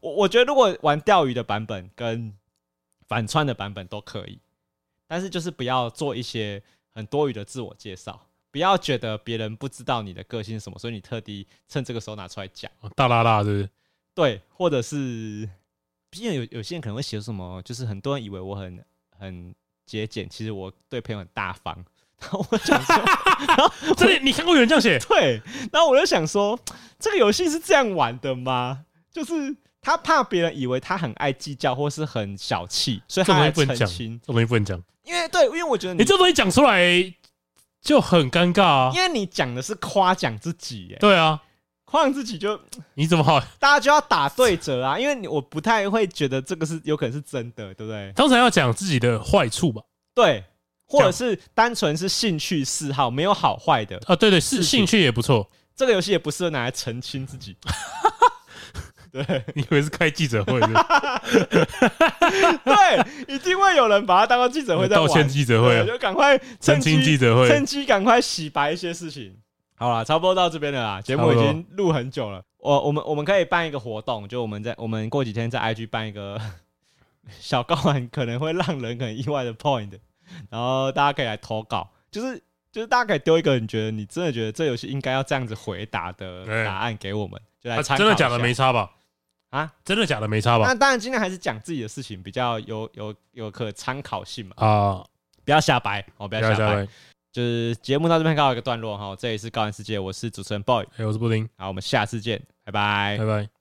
S2: 我我觉得如果玩钓鱼的版本跟反串的版本都可以，但是就是不要做一些很多余的自我介绍，不要觉得别人不知道你的个性是什么，所以你特地趁这个时候拿出来讲，
S1: 哦大拉拉是不是？
S2: 对，或者是，毕竟有有些人可能会写什么，就是很多人以为我很很节俭，其实我对朋友很大方。 然后我想说，
S1: 这里你看过有人这样写？
S2: 对，然后我就想说，这个游戏是这样玩的吗？就是他怕别人以为他很爱计较或是很小气，所以
S1: 这种
S2: 他
S1: 东
S2: 来
S1: 西不能
S2: 澄
S1: 讲，
S2: 清
S1: 这。种东西不能讲。
S2: 因为对，因为我觉得
S1: 你
S2: 你，
S1: 这东西讲出来就很尴尬啊。
S2: 因为你讲的是夸奖自己、耶，
S1: 对啊，
S2: 夸奖自己就
S1: 你怎么好？
S2: 大家就要打对折啊，因为你我不太会觉得这个是有可能是真的，对不对？
S1: 通常要讲自己的坏处吧？
S2: 对，或者是单纯是兴趣嗜好，没有好坏的。
S1: 啊，对对，是
S2: 事情
S1: 兴趣也不错。
S2: 这个游戏也不适合拿来澄清自己。 对
S1: 你以为是开记者会是不是
S2: 对，一定会有人把它当做记者 会在玩
S1: 道歉记者会啊
S2: 对？就赶快
S1: 澄
S2: 趁机
S1: 清记者会
S2: 趁机赶快洗白一些事情。好了，差不多到这边了啦，节目已
S1: 差不多
S2: 经录很久了。我我们我们可以办一个活动，就我们在我们过几天在 IG 办一个 小高玩，可能会让人很意外的 point，然后大家可以来投稿，就是就是大家可以丢一个你觉得你真的觉得这游戏应该要这样子回答的
S1: 哎
S2: 答案给我们，就来
S1: 啊？
S2: 参考、
S1: 真的假的没？差吧？
S2: 啊？
S1: 真的假的没差吧
S2: 那？当然，尽量还是讲自己的事情比较有有有可参考性嘛，
S1: 啊，
S2: 不要瞎掰哦，不
S1: 不
S2: 要
S1: 要
S2: 瞎
S1: 下
S2: 掰。
S1: 来。
S2: 就是节目到这边告一个段落哈，这里是高玩世界，我是主持人 boy，
S1: 哎，我是布丁，
S2: 好，我们下次见，拜拜
S1: 拜。拜。